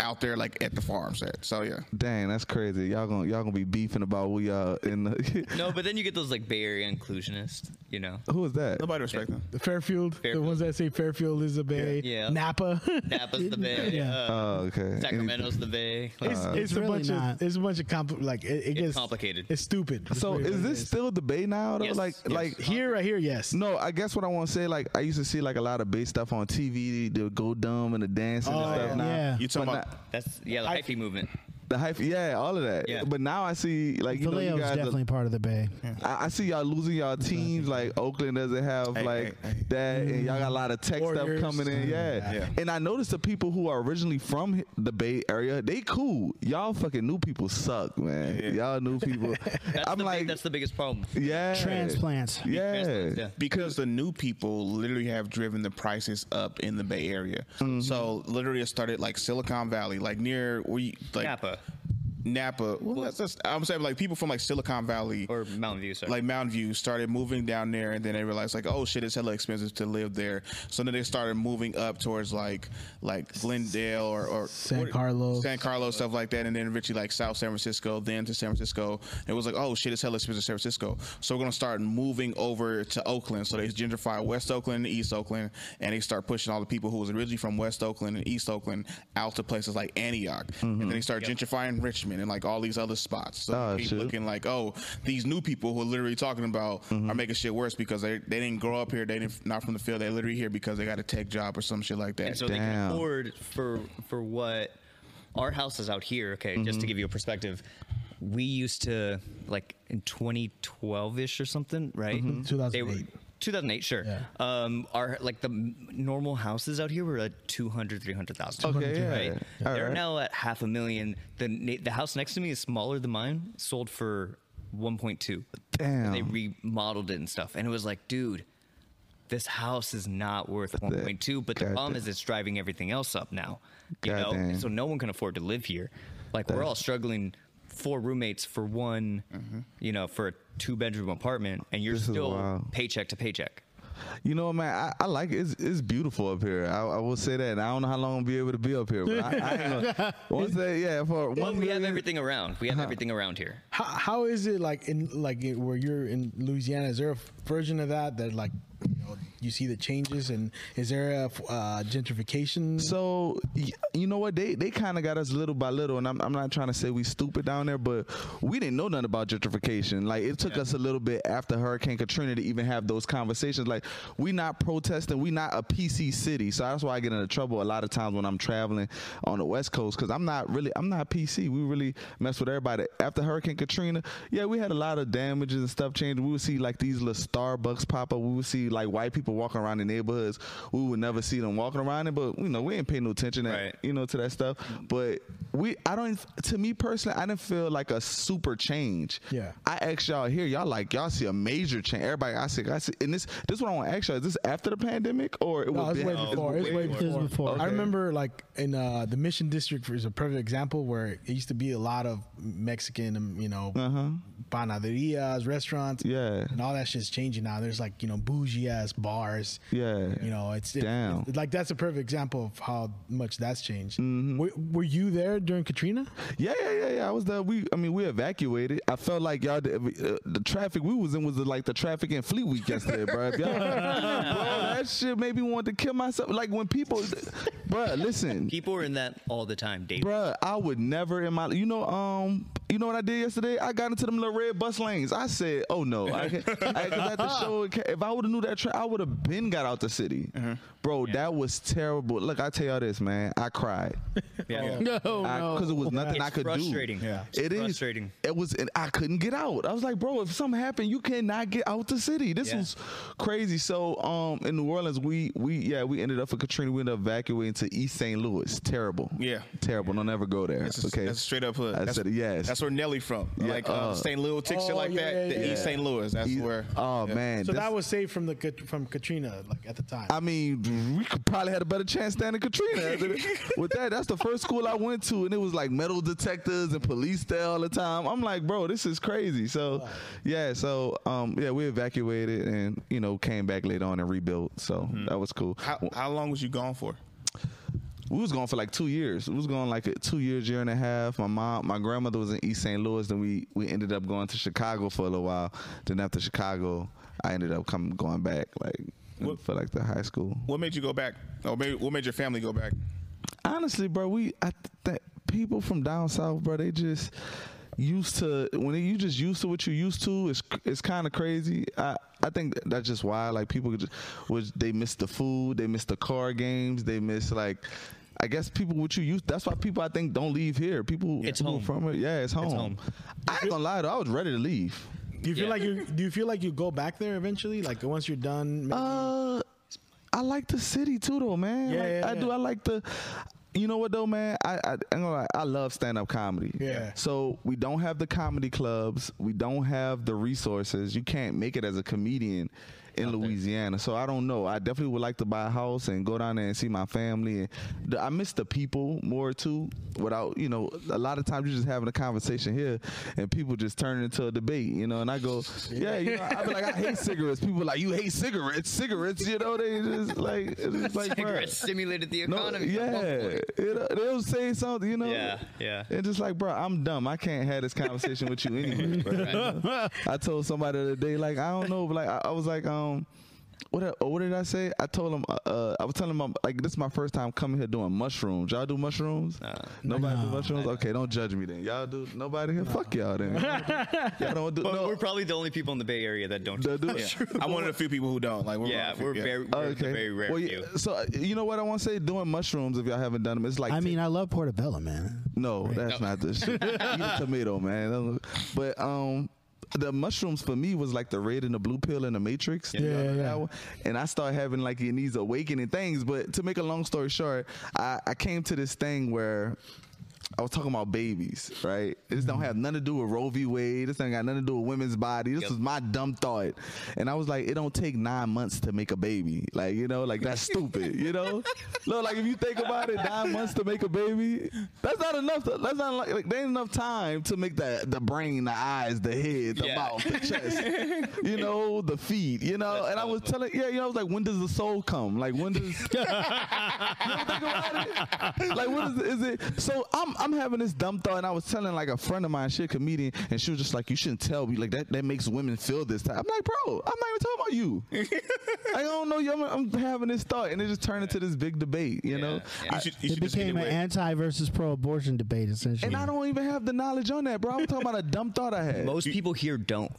Speaker 4: out there like at the farms at? So yeah.
Speaker 9: Dang, that's crazy. Y'all gonna y'all gonna be beefing about we uh in the
Speaker 8: no, but then you get those like Bay Area inclusionists, you know.
Speaker 9: who is that?
Speaker 4: Nobody respect them.
Speaker 6: The Fairfield,
Speaker 8: Fairfield.
Speaker 6: the ones that say Fairfield is the Bay,
Speaker 8: Yeah. Yeah.
Speaker 6: Napa.
Speaker 8: Napa's the Bay.
Speaker 10: Yeah.
Speaker 8: Uh,
Speaker 9: Oh, okay.
Speaker 8: Sacramento's the Bay. Like,
Speaker 6: It's, it's,
Speaker 10: It's
Speaker 6: a
Speaker 10: really
Speaker 6: bunch of
Speaker 10: not.
Speaker 6: it's a bunch of compli like it, it gets
Speaker 8: complicated.
Speaker 6: It's stupid. That's
Speaker 9: So
Speaker 6: really what
Speaker 9: is
Speaker 6: it
Speaker 9: this still the Bay now? Though?
Speaker 8: Yes,
Speaker 9: Like
Speaker 8: yes.
Speaker 9: like
Speaker 6: here right here? Yes.
Speaker 9: no, I guess what I want to say, like I used to see like a lot of Bay stuff on TV, the go dumb and the dancing
Speaker 6: Oh,
Speaker 9: and stuff.
Speaker 6: yeah.
Speaker 9: Now
Speaker 10: Yeah.
Speaker 4: You talking
Speaker 9: But
Speaker 4: about?
Speaker 9: not-
Speaker 8: that's yeah, the hyphy movement.
Speaker 9: the hype, yeah, all of that.
Speaker 8: Yeah.
Speaker 9: But now I see like you know
Speaker 10: Vallejo's
Speaker 9: you guys,
Speaker 10: definitely part of the Bay.
Speaker 9: I, I see y'all losing y'all teams. Like Oakland doesn't have
Speaker 4: Hey,
Speaker 9: like
Speaker 4: hey, hey.
Speaker 9: that, and y'all got a lot of tech
Speaker 6: Warriors.
Speaker 9: stuff coming in. Yeah.
Speaker 4: Yeah.
Speaker 9: and I noticed the people who are originally from hi- the Bay Area, they cool. Y'all fucking new people suck, man. Y'all new people.
Speaker 8: That's
Speaker 9: I'm
Speaker 8: the
Speaker 9: like,
Speaker 8: big, that's the biggest problem.
Speaker 9: yeah,
Speaker 10: Transplants.
Speaker 9: Yeah.
Speaker 8: Transplants, yeah.
Speaker 4: because the new people literally have driven the prices up in the Bay Area.
Speaker 8: Mm-hmm.
Speaker 4: So literally, it started like Silicon Valley, like near where you like
Speaker 8: Napa.
Speaker 4: Napa. Well, that's, that's I'm saying like people from like Silicon Valley
Speaker 8: Or Mountain View, sorry.
Speaker 4: like Mountain View started moving down there, and then they realized like, oh shit, it's hella expensive to live there. So then they started moving up towards like like Glendale or, or
Speaker 6: San
Speaker 4: what-
Speaker 6: Carlos.
Speaker 4: San Carlos stuff like that, and then eventually like South San Francisco, then to San Francisco. And it was like, oh shit, it's hella expensive to San Francisco. So we're gonna start moving over to Oakland. So they gentrify West Oakland and East Oakland, and they start pushing all the people who was originally from West Oakland and East Oakland out to places like Antioch,
Speaker 6: Mm-hmm.
Speaker 4: and then they start gentrifying Richmond and like all these other spots. So
Speaker 6: Ah,
Speaker 9: Oh,
Speaker 4: they keep
Speaker 9: shit.
Speaker 4: looking like, oh, these new people who are literally talking about
Speaker 9: Mm-hmm.
Speaker 4: are making shit worse because they, they didn't grow up here, they didn't not from the field, they literally here because they got a tech job or some shit like that.
Speaker 8: and so they can
Speaker 9: Damn.
Speaker 8: afford for for what our house is out here. Okay, just to
Speaker 9: Mm-hmm.
Speaker 8: give you a perspective, we used to like in 2012 ish or something, right?
Speaker 9: Mm-hmm.
Speaker 8: They were-
Speaker 6: 2008.
Speaker 8: 2008, sure.
Speaker 6: Yeah.
Speaker 8: Um, our like the m- normal houses out here were at 200, 300,000.
Speaker 9: Okay, yeah.
Speaker 8: right?
Speaker 9: All
Speaker 8: They're
Speaker 9: right.
Speaker 8: now at half a million. The na- the house next to me is smaller than mine, sold for 1.2.
Speaker 9: Damn.
Speaker 8: They remodeled it and stuff, and it was like, dude, this house is not worth 1.2 but the
Speaker 9: God
Speaker 8: problem
Speaker 9: damn.
Speaker 8: is it's driving everything else up now you
Speaker 9: God
Speaker 8: know
Speaker 9: damn.
Speaker 8: so no one can afford to live here like we're all struggling four roommates for one you know for a two bedroom apartment and you're
Speaker 9: Mm-hmm. This is
Speaker 8: still
Speaker 9: wild.
Speaker 8: paycheck to paycheck
Speaker 9: You know, man, I, I like it. It's, it's beautiful up here. I, I will say that. And I don't know how long I'll be able to be up here. But I, I ain't gonna, once they, yeah, for
Speaker 8: well,
Speaker 9: one
Speaker 8: we have
Speaker 9: million-
Speaker 8: everything around we
Speaker 9: Uh-huh.
Speaker 8: have everything around here
Speaker 6: How, how is it like in like it- where you're in Louisiana? Is there a version of that that like you, know, you see the changes and is there a f- uh, gentrification?
Speaker 9: So y- you know what they they kind of got us little by little, and I'm, I'm not trying to say we stupid down there, but we didn't know nothing about gentrification. Like it took us a little bit after Hurricane Katrina to even have those conversations. Like we not protesting, we not a PC city, so that's why I get into trouble a lot of times when I'm traveling on the West Coast because I'm not really I'm not PC. We really mess with everybody. After Hurricane Katrina, yeah, we had a lot of damages and stuff changed. We would see like these little Starbucks pop up. We would see like white people walking around the neighborhoods. We would never see them walking around it, but you know we ain't paying no attention to
Speaker 8: Right.
Speaker 9: you know to that stuff. But we I don't to me personally I didn't feel like a super change.
Speaker 6: Yeah.
Speaker 9: I asked y'all here, y'all like y'all see a major change. Everybody I see I see and this this is what I want to ask y'all is this after the pandemic or it
Speaker 6: No,
Speaker 9: was
Speaker 6: it's way
Speaker 9: been-
Speaker 6: before. It's way before.
Speaker 10: It was before.
Speaker 6: I
Speaker 9: Okay.
Speaker 6: remember like in uh, the Mission District is a perfect example where it used to be a lot of Mexican, um, you know, panaderias, restaurants,
Speaker 9: Yeah.
Speaker 6: and all that shit's changing now. There's like you know bougie ass bars,
Speaker 9: Yeah.
Speaker 6: You know, it's it-
Speaker 9: Damn.
Speaker 6: it's- like that's a perfect example of how much that's changed. Were, were you there during Katrina?
Speaker 9: Yeah, yeah, yeah, yeah. I was there. We, I mean, we evacuated. I felt like y'all, did- uh, the traffic we was in was uh, like the traffic in Fleet Week yesterday, bro. If y'all, bro, that shit made me want to kill myself. Like when people, bro, listen,
Speaker 8: people are in that all the time daily
Speaker 9: bro, I would never in my, you know, um, You know what I did yesterday? I got into them little red bus lanes. I said, "Oh no!" I, can't- I, 'cause I had to show. it ca- If I would have knew that, tra- I would have been got out the city, bro. That was terrible. Look, I tell y'all this, man. I cried
Speaker 8: Yeah.
Speaker 10: No,
Speaker 6: Oh,
Speaker 9: because it was nothing
Speaker 8: It's
Speaker 9: I could
Speaker 8: frustrating.
Speaker 9: do.
Speaker 8: Yeah. It's
Speaker 9: It is
Speaker 8: frustrating.
Speaker 9: It was, and I couldn't get out. I was like, bro, if something happened, you cannot get out the city. This
Speaker 8: Yeah.
Speaker 9: was crazy. So, um, in New Orleans, we we yeah, we ended up for Katrina. We ended up evacuating to East St. Louis. Terrible.
Speaker 4: Yeah.
Speaker 9: terrible. Don't ever go there.
Speaker 4: That's a,
Speaker 9: okay,
Speaker 4: that's a straight up hood.
Speaker 9: I
Speaker 4: that's,
Speaker 9: said yes.
Speaker 4: That's where Nelly from.
Speaker 9: Yeah,
Speaker 4: like uh,
Speaker 9: uh,
Speaker 4: St. Louis, tick shit
Speaker 6: Oh,
Speaker 4: like
Speaker 6: yeah,
Speaker 4: that.
Speaker 6: yeah,
Speaker 4: the
Speaker 6: yeah.
Speaker 4: East St. Louis. That's
Speaker 9: E-
Speaker 4: where.
Speaker 9: Oh
Speaker 4: yeah.
Speaker 9: man,
Speaker 6: So
Speaker 9: this-
Speaker 6: that was saved from the Kat- from Katrina, like at the time.
Speaker 9: I mean, we could probably had a better chance standing Katrina. after that. With that, that's the first school I went to, and it was like metal detectors and police there all the time. I'm like, bro, this is crazy. So, yeah, so um, yeah, we evacuated and you know came back later on and rebuilt. So that was cool.
Speaker 4: Mm-hmm. How, how long was you gone for?
Speaker 9: we was gone for like two years. We was gone like a two years, year and a half. My mom, my grandmother was in East St. Louis. Then we we ended up going to Chicago for a little while. Then after Chicago, I ended up come going back like
Speaker 4: What-
Speaker 9: for like the high school.
Speaker 4: What made you go back? Or maybe what made your family go back?
Speaker 9: honestly, bro, we I think people from down south, bro, they just used to when you just used to what you used to. It's it's kind of crazy. I I think that's just why like people just, was they miss the food, they miss the car games, they miss like. I guess people what you used. That's why people I think don't leave here. People,
Speaker 8: It's
Speaker 9: people
Speaker 8: home.
Speaker 9: from it. Yeah, it's home.
Speaker 8: home.
Speaker 9: I ain't gonna lie though. I was ready to leave.
Speaker 6: do you feel
Speaker 8: Yeah.
Speaker 6: like you do you feel like you go back there eventually? Like once you're done, maybe-
Speaker 9: Uh, I like the city too, though, man.
Speaker 6: Yeah,
Speaker 9: Like,
Speaker 6: yeah,
Speaker 9: I do.
Speaker 6: yeah.
Speaker 9: I like the. You know what though, man? I I, I'm gonna lie, I love stand up comedy.
Speaker 6: Yeah.
Speaker 9: So we don't have the comedy clubs. We don't have the resources. You can't make it as a comedian in Louisiana. So I don't know. I definitely would like to buy a house and go down there and see my family. And the, I miss the people more too. Without you know, a lot of times you're just having a conversation here, and people just turn it into a debate. You know, and I go, yeah, you know, I be like, I hate cigarettes. People like, you hate cigarettes, cigarettes. You know, they just like, it's just like,
Speaker 8: Cigarettes
Speaker 9: bruh.
Speaker 8: stimulated the
Speaker 9: No,
Speaker 8: economy. at one
Speaker 9: yeah,
Speaker 8: point.
Speaker 9: it, uh, they'll say something, you know.
Speaker 8: Yeah, yeah.
Speaker 9: And just like, bro, I'm dumb. I can't have this conversation with you anyway. bruh. I told somebody the other day, like, I don't know, but like, I, I was like, um, what I- what did I say? I told him, uh, uh, I was telling him, um, like, this is my first time coming here doing mushrooms. Y'all do mushrooms? Nobody do mushrooms. Okay, don't judge me then. Y'all do? Nobody here? Fuck y'all then. y'all don't do.
Speaker 8: But
Speaker 9: no,
Speaker 8: we're probably the only people in the Bay Area that don't.
Speaker 9: That do it.
Speaker 4: I wanted a few people who don't. Like we're
Speaker 8: yeah,
Speaker 4: one of the
Speaker 8: we're
Speaker 4: few-
Speaker 8: very, we're the very rare
Speaker 9: Well, yeah,
Speaker 8: few.
Speaker 9: so uh, you know what I want to say? Doing mushrooms, if y'all haven't done them, it's like
Speaker 10: I mean, I love portobello, man.
Speaker 9: No, that's not the shit. Eat a tomato, man. That look- But um, the mushrooms for me was like the red and the blue pill and the Matrix. Yeah,
Speaker 10: Yeah, yeah.
Speaker 9: And I started having like in these awakening things. But to make a long story short, I, I came to this thing where. I was talking about babies, right? This don't have nothing to do with Roe v. Wade. This thing got nothing to do with women's body. This
Speaker 8: Yep.
Speaker 9: was my dumb thought, and I was like, it don't take nine months to make a baby. Like you know, like that's stupid. You know, look like if you think about it, nine months to make a baby, that's not enough. To, that's not like, like there ain't enough time to make the the brain, the eyes, the head, the
Speaker 8: Yeah.
Speaker 9: mouth, the chest. You know, the feet. You know, and I was telling, yeah, you know, I was like, when does the soul come? Like when does think about it. Like, what is, is it? So I'm I'm having this dumb thought, and I was telling like a friend of mine, she a comedian, and she was just like, "You shouldn't tell me like that. That makes women feel this type." I'm like, "Bro, I'm not even talking about you. I don't know you. I'm, I'm having this thought, and it just turned into this big debate, you know."
Speaker 8: yeah.
Speaker 4: You should, you
Speaker 10: It
Speaker 4: should just get
Speaker 10: became an
Speaker 4: away.
Speaker 10: anti versus pro abortion debate, essentially.
Speaker 9: And I don't even have the knowledge on that, bro. I'm talking about a dumb thought I had.
Speaker 8: Most people here don't,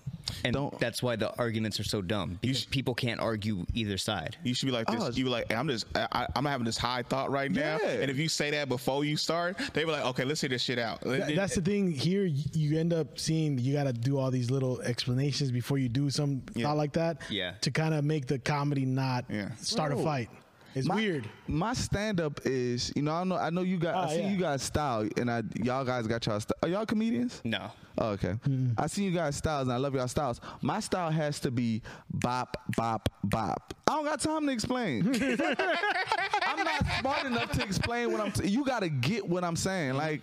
Speaker 8: and
Speaker 9: Don't.
Speaker 8: that's why the arguments are so dumb because people can't argue either side.
Speaker 4: You should be like this.
Speaker 9: Oh.
Speaker 4: You be like, I'm just, I, I, I'm having this high thought right now.
Speaker 9: Yeah.
Speaker 4: And if you say that before you start, they be like, okay, let's hear this shit out.
Speaker 6: Th- that's the thing here y- you end up seeing you got to do all these little explanations before you do some thought like that
Speaker 8: Yeah.
Speaker 6: to kind of make the comedy not
Speaker 4: Yeah.
Speaker 6: start a fight it's
Speaker 9: My-
Speaker 6: weird
Speaker 9: My stand up is, you know, I know, I know you guys.
Speaker 6: Oh,
Speaker 9: I see
Speaker 6: yeah.
Speaker 9: you guys style, and I y'all guys got y'all. St- are y'all comedians?
Speaker 8: No.
Speaker 9: Oh, okay. I see you guys styles, and I love y'all styles. My style has to be bop, bop, bop. I don't got time to explain. I'm not smart enough to explain what I'm. T- you gotta get what I'm saying. Like.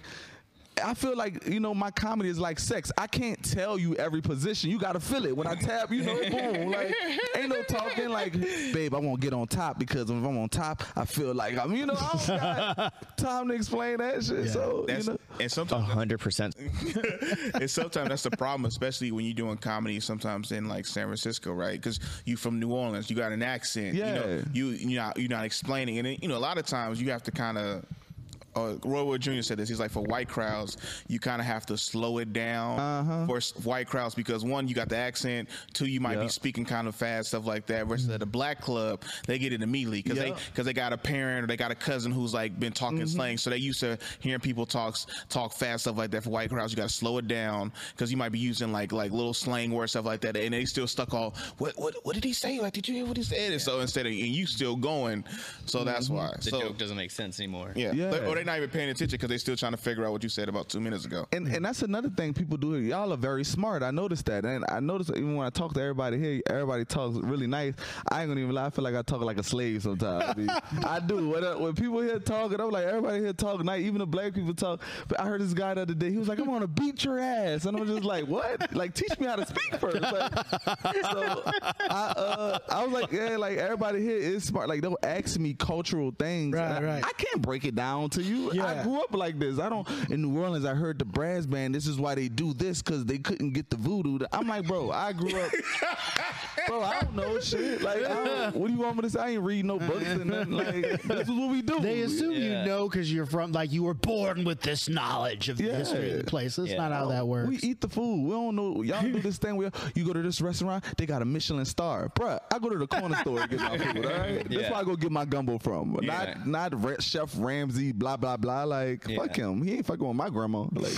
Speaker 9: I feel like you know my comedy is like sex. I can't tell you every position. You gotta feel it when I tap. You know, boom. Like ain't no talking. Like, babe, I won't get on top because if I'm on top, I feel like I'm. You know, I don't got time to explain that shit. So
Speaker 4: That's-
Speaker 9: you know,
Speaker 4: and sometimes
Speaker 8: hundred percent.
Speaker 4: and sometimes that's the problem, especially when you're doing comedy. Sometimes in like San Francisco, right? Because you from New Orleans, you got an accent. You know,
Speaker 9: Yeah.
Speaker 4: you you're not you're not explaining, and then, you know a lot of times you have to kind of uh, Roy Wood Jr. said this. He's like, for white crowds, you kind of have to slow it down for s- white crowds because one, you got the accent. Two, you might be speaking kind of fast, stuff like that. Versus at a black club, they get it immediately because they because they got a parent or they got a cousin who's like been talking slang, so they used to hearing people talks talk fast stuff like that. For white crowds, you got to slow it down because you might be using like like little slang words stuff like that, and they still stuck all what what what did he say? Like, did you hear what he said? And so instead of and you still going, so that's why
Speaker 8: The
Speaker 4: so,
Speaker 8: joke doesn't make sense anymore.
Speaker 4: yeah.
Speaker 9: Yeah.
Speaker 4: They- or they're not even paying attention because they're still trying to figure out what you said about two minutes ago.
Speaker 9: And and that's another thing people do. here. Y'all are very smart. I noticed that, and I noticed even when I talk to everybody here, everybody talks really nice. I ain't gonna even lie. I feel like I talk like a slave sometimes. I, mean, I do. When, uh, when people here talking, I'm like everybody here talk nice. Even the black people talk. But I heard this guy the other day. He was like, "I'm gonna beat your ass," and I'm just like, "What? Like teach me how to speak first. Like, so I uh, I was like, "Yeah, like everybody here is smart. Like don't ask me cultural things.
Speaker 6: Right,
Speaker 9: And I-
Speaker 6: right.
Speaker 9: I can't break it down to you. I
Speaker 6: Yeah.
Speaker 9: grew up like this. I don't. In New Orleans, I heard the brass band. This is why they do this because they couldn't get the voodoo. I'm like, bro, I grew up. bro, I don't know shit. Like, I don't- what do you want me to say? I ain't read no books and nothing. Like, this is what we do.
Speaker 10: They assume
Speaker 8: Yeah.
Speaker 10: you know because you're from, like, you were born with this knowledge of the
Speaker 9: Yeah.
Speaker 10: history of the place. That's
Speaker 8: Yeah.
Speaker 10: not how that works.
Speaker 9: We eat the food. We don't know. Y'all do this thing where you go to this restaurant, they got a Michelin star. Bruh, I go to the corner store to get my food, all right? That's
Speaker 8: Yeah.
Speaker 9: where I go get my gumbo from.
Speaker 8: Yeah.
Speaker 9: Not not Re- Chef Ramsey, blah, blah, blah. Like, fuck
Speaker 8: Yeah.
Speaker 9: him. He ain't fucking with my grandma. Like,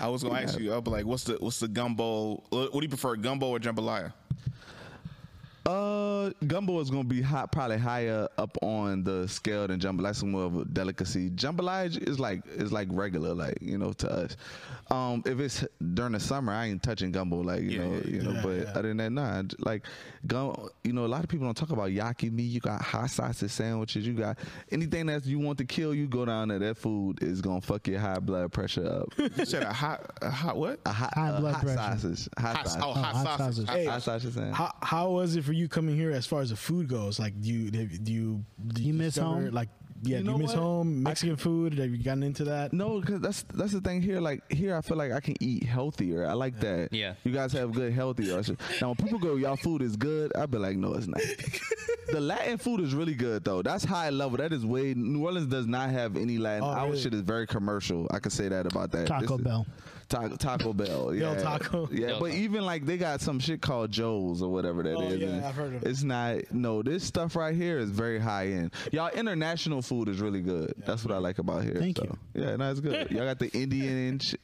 Speaker 4: I was gonna ask you, I'll be like, what's the what's the gumbo? What do you prefer, gumbo or jambalaya?
Speaker 9: Uh, gumbo is gonna be hot, probably higher up on the scale than jambalaya. That's more of a delicacy. Jambalaya is like is like regular, like you know, to us. Um, if it's during the summer, I ain't touching gumbo, like you know, you know. but other than that, nah. j- Like gum, you know, a lot of people don't talk about yaki meat. You got hot sausage sandwiches. You got anything that you want to kill. You go down there. That food is gonna fuck your high blood pressure up.
Speaker 4: You said a hot a hot what?
Speaker 9: A hot,
Speaker 10: High
Speaker 9: uh,
Speaker 10: blood
Speaker 9: hot
Speaker 10: pressure.
Speaker 9: sausage. Hot,
Speaker 4: Hot,
Speaker 9: sausage.
Speaker 4: oh, hot,
Speaker 10: hot
Speaker 4: sausage.
Speaker 10: sausage.
Speaker 4: Hot
Speaker 6: Hey,
Speaker 9: Hot sausage sandwich.
Speaker 6: How how was it for you coming here as far as the food goes? Like, do you do you, do
Speaker 10: You miss
Speaker 6: discover,
Speaker 10: home?
Speaker 6: Like, yeah,
Speaker 9: You
Speaker 6: do
Speaker 9: know
Speaker 6: you miss
Speaker 9: what?
Speaker 6: home? Mexican food? Have you gotten into that?
Speaker 9: No, because that's that's the thing here. Like here, I feel like I can eat healthier. I like that.
Speaker 8: Yeah.
Speaker 9: You guys have good healthy. options. Now when people go, y'all food is good. I be like, no, it's not. the Latin food is really good though. That's high level. That is way. New Orleans does not have any Latin.
Speaker 6: Oh,
Speaker 9: Our
Speaker 6: really?
Speaker 9: shit is very commercial. I could say that about that.
Speaker 10: Taco
Speaker 9: is-
Speaker 10: Bell.
Speaker 9: Taco, Taco Bell, yeah,
Speaker 6: Taco.
Speaker 9: yeah.
Speaker 8: Del
Speaker 9: but
Speaker 8: Taco.
Speaker 9: even like they got some shit called Joe's or whatever that
Speaker 6: Oh,
Speaker 9: is.
Speaker 6: yeah,
Speaker 9: and
Speaker 6: I've heard of it.
Speaker 9: It's not. No, this stuff right here is very high end. Y'all international food is really good. That's what I like about here.
Speaker 10: Thank
Speaker 9: so.
Speaker 10: you.
Speaker 9: Yeah, no, it's good. Y'all got the Indian, Ch-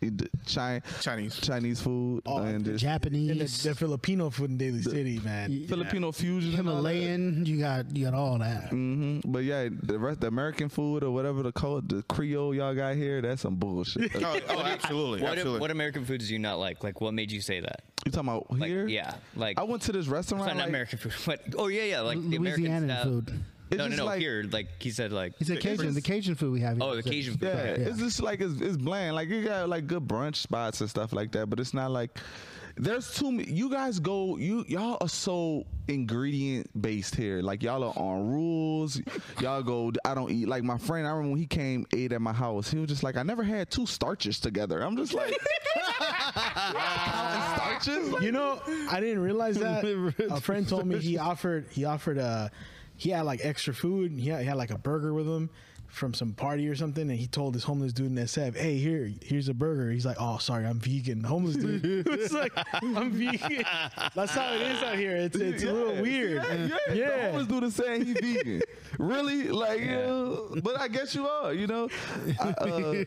Speaker 9: Chi-
Speaker 4: Chinese.
Speaker 9: Chinese food, and this
Speaker 6: And Oh, the,
Speaker 10: Oh, Japanese,
Speaker 6: the Filipino food in Daly City, man.
Speaker 9: Filipino fusion, and all that.
Speaker 10: Himalayan, you got you got all that.
Speaker 9: Mhm. But yeah, the rest, the American food or whatever the code, the Creole y'all got here, that's some bullshit. you
Speaker 4: Oh, oh, absolutely,
Speaker 8: What,
Speaker 4: absolutely.
Speaker 8: what American foods do you not like? Like, what made you say that?
Speaker 9: talking about
Speaker 8: Like,
Speaker 9: here?
Speaker 8: yeah, like
Speaker 9: I went to this restaurant.
Speaker 8: It's not
Speaker 9: like-
Speaker 8: American food. What? Oh yeah, yeah, like the
Speaker 10: Louisiana
Speaker 8: American style.
Speaker 10: food.
Speaker 9: It's
Speaker 8: no, no,
Speaker 9: just
Speaker 8: no.
Speaker 9: like-
Speaker 8: here, like he said, like
Speaker 10: It's a Cajun, the Cajun food we have. Here.
Speaker 8: oh, the Cajun food.
Speaker 9: Yeah,
Speaker 8: okay.
Speaker 9: it's just like it's, it's bland. Like you got like good brunch spots and stuff like that, but it's not like there's too many. You guys go, you y'all are so ingredient based here. Like y'all are on rules. y'all go. I don't eat. Like my friend, I remember when he came ate at my house. He was just like, I never had two starches together. I'm just like, counting starches. Like,
Speaker 6: You know, I didn't realize that. A friend told me he offered he offered uh he had like extra food. and He had, he had like a burger with him from some party or something, and he told this homeless dude in SF, "Hey, here, here's a burger." He's like, "Oh, sorry, I'm vegan." The homeless dude, it's like, "I'm vegan." That's how it is out here. It's it's a
Speaker 9: Yeah.
Speaker 6: little weird.
Speaker 9: Yeah, yeah. The homeless dude is saying he's vegan. really? Like, uh, but I guess you are. You know, I, uh,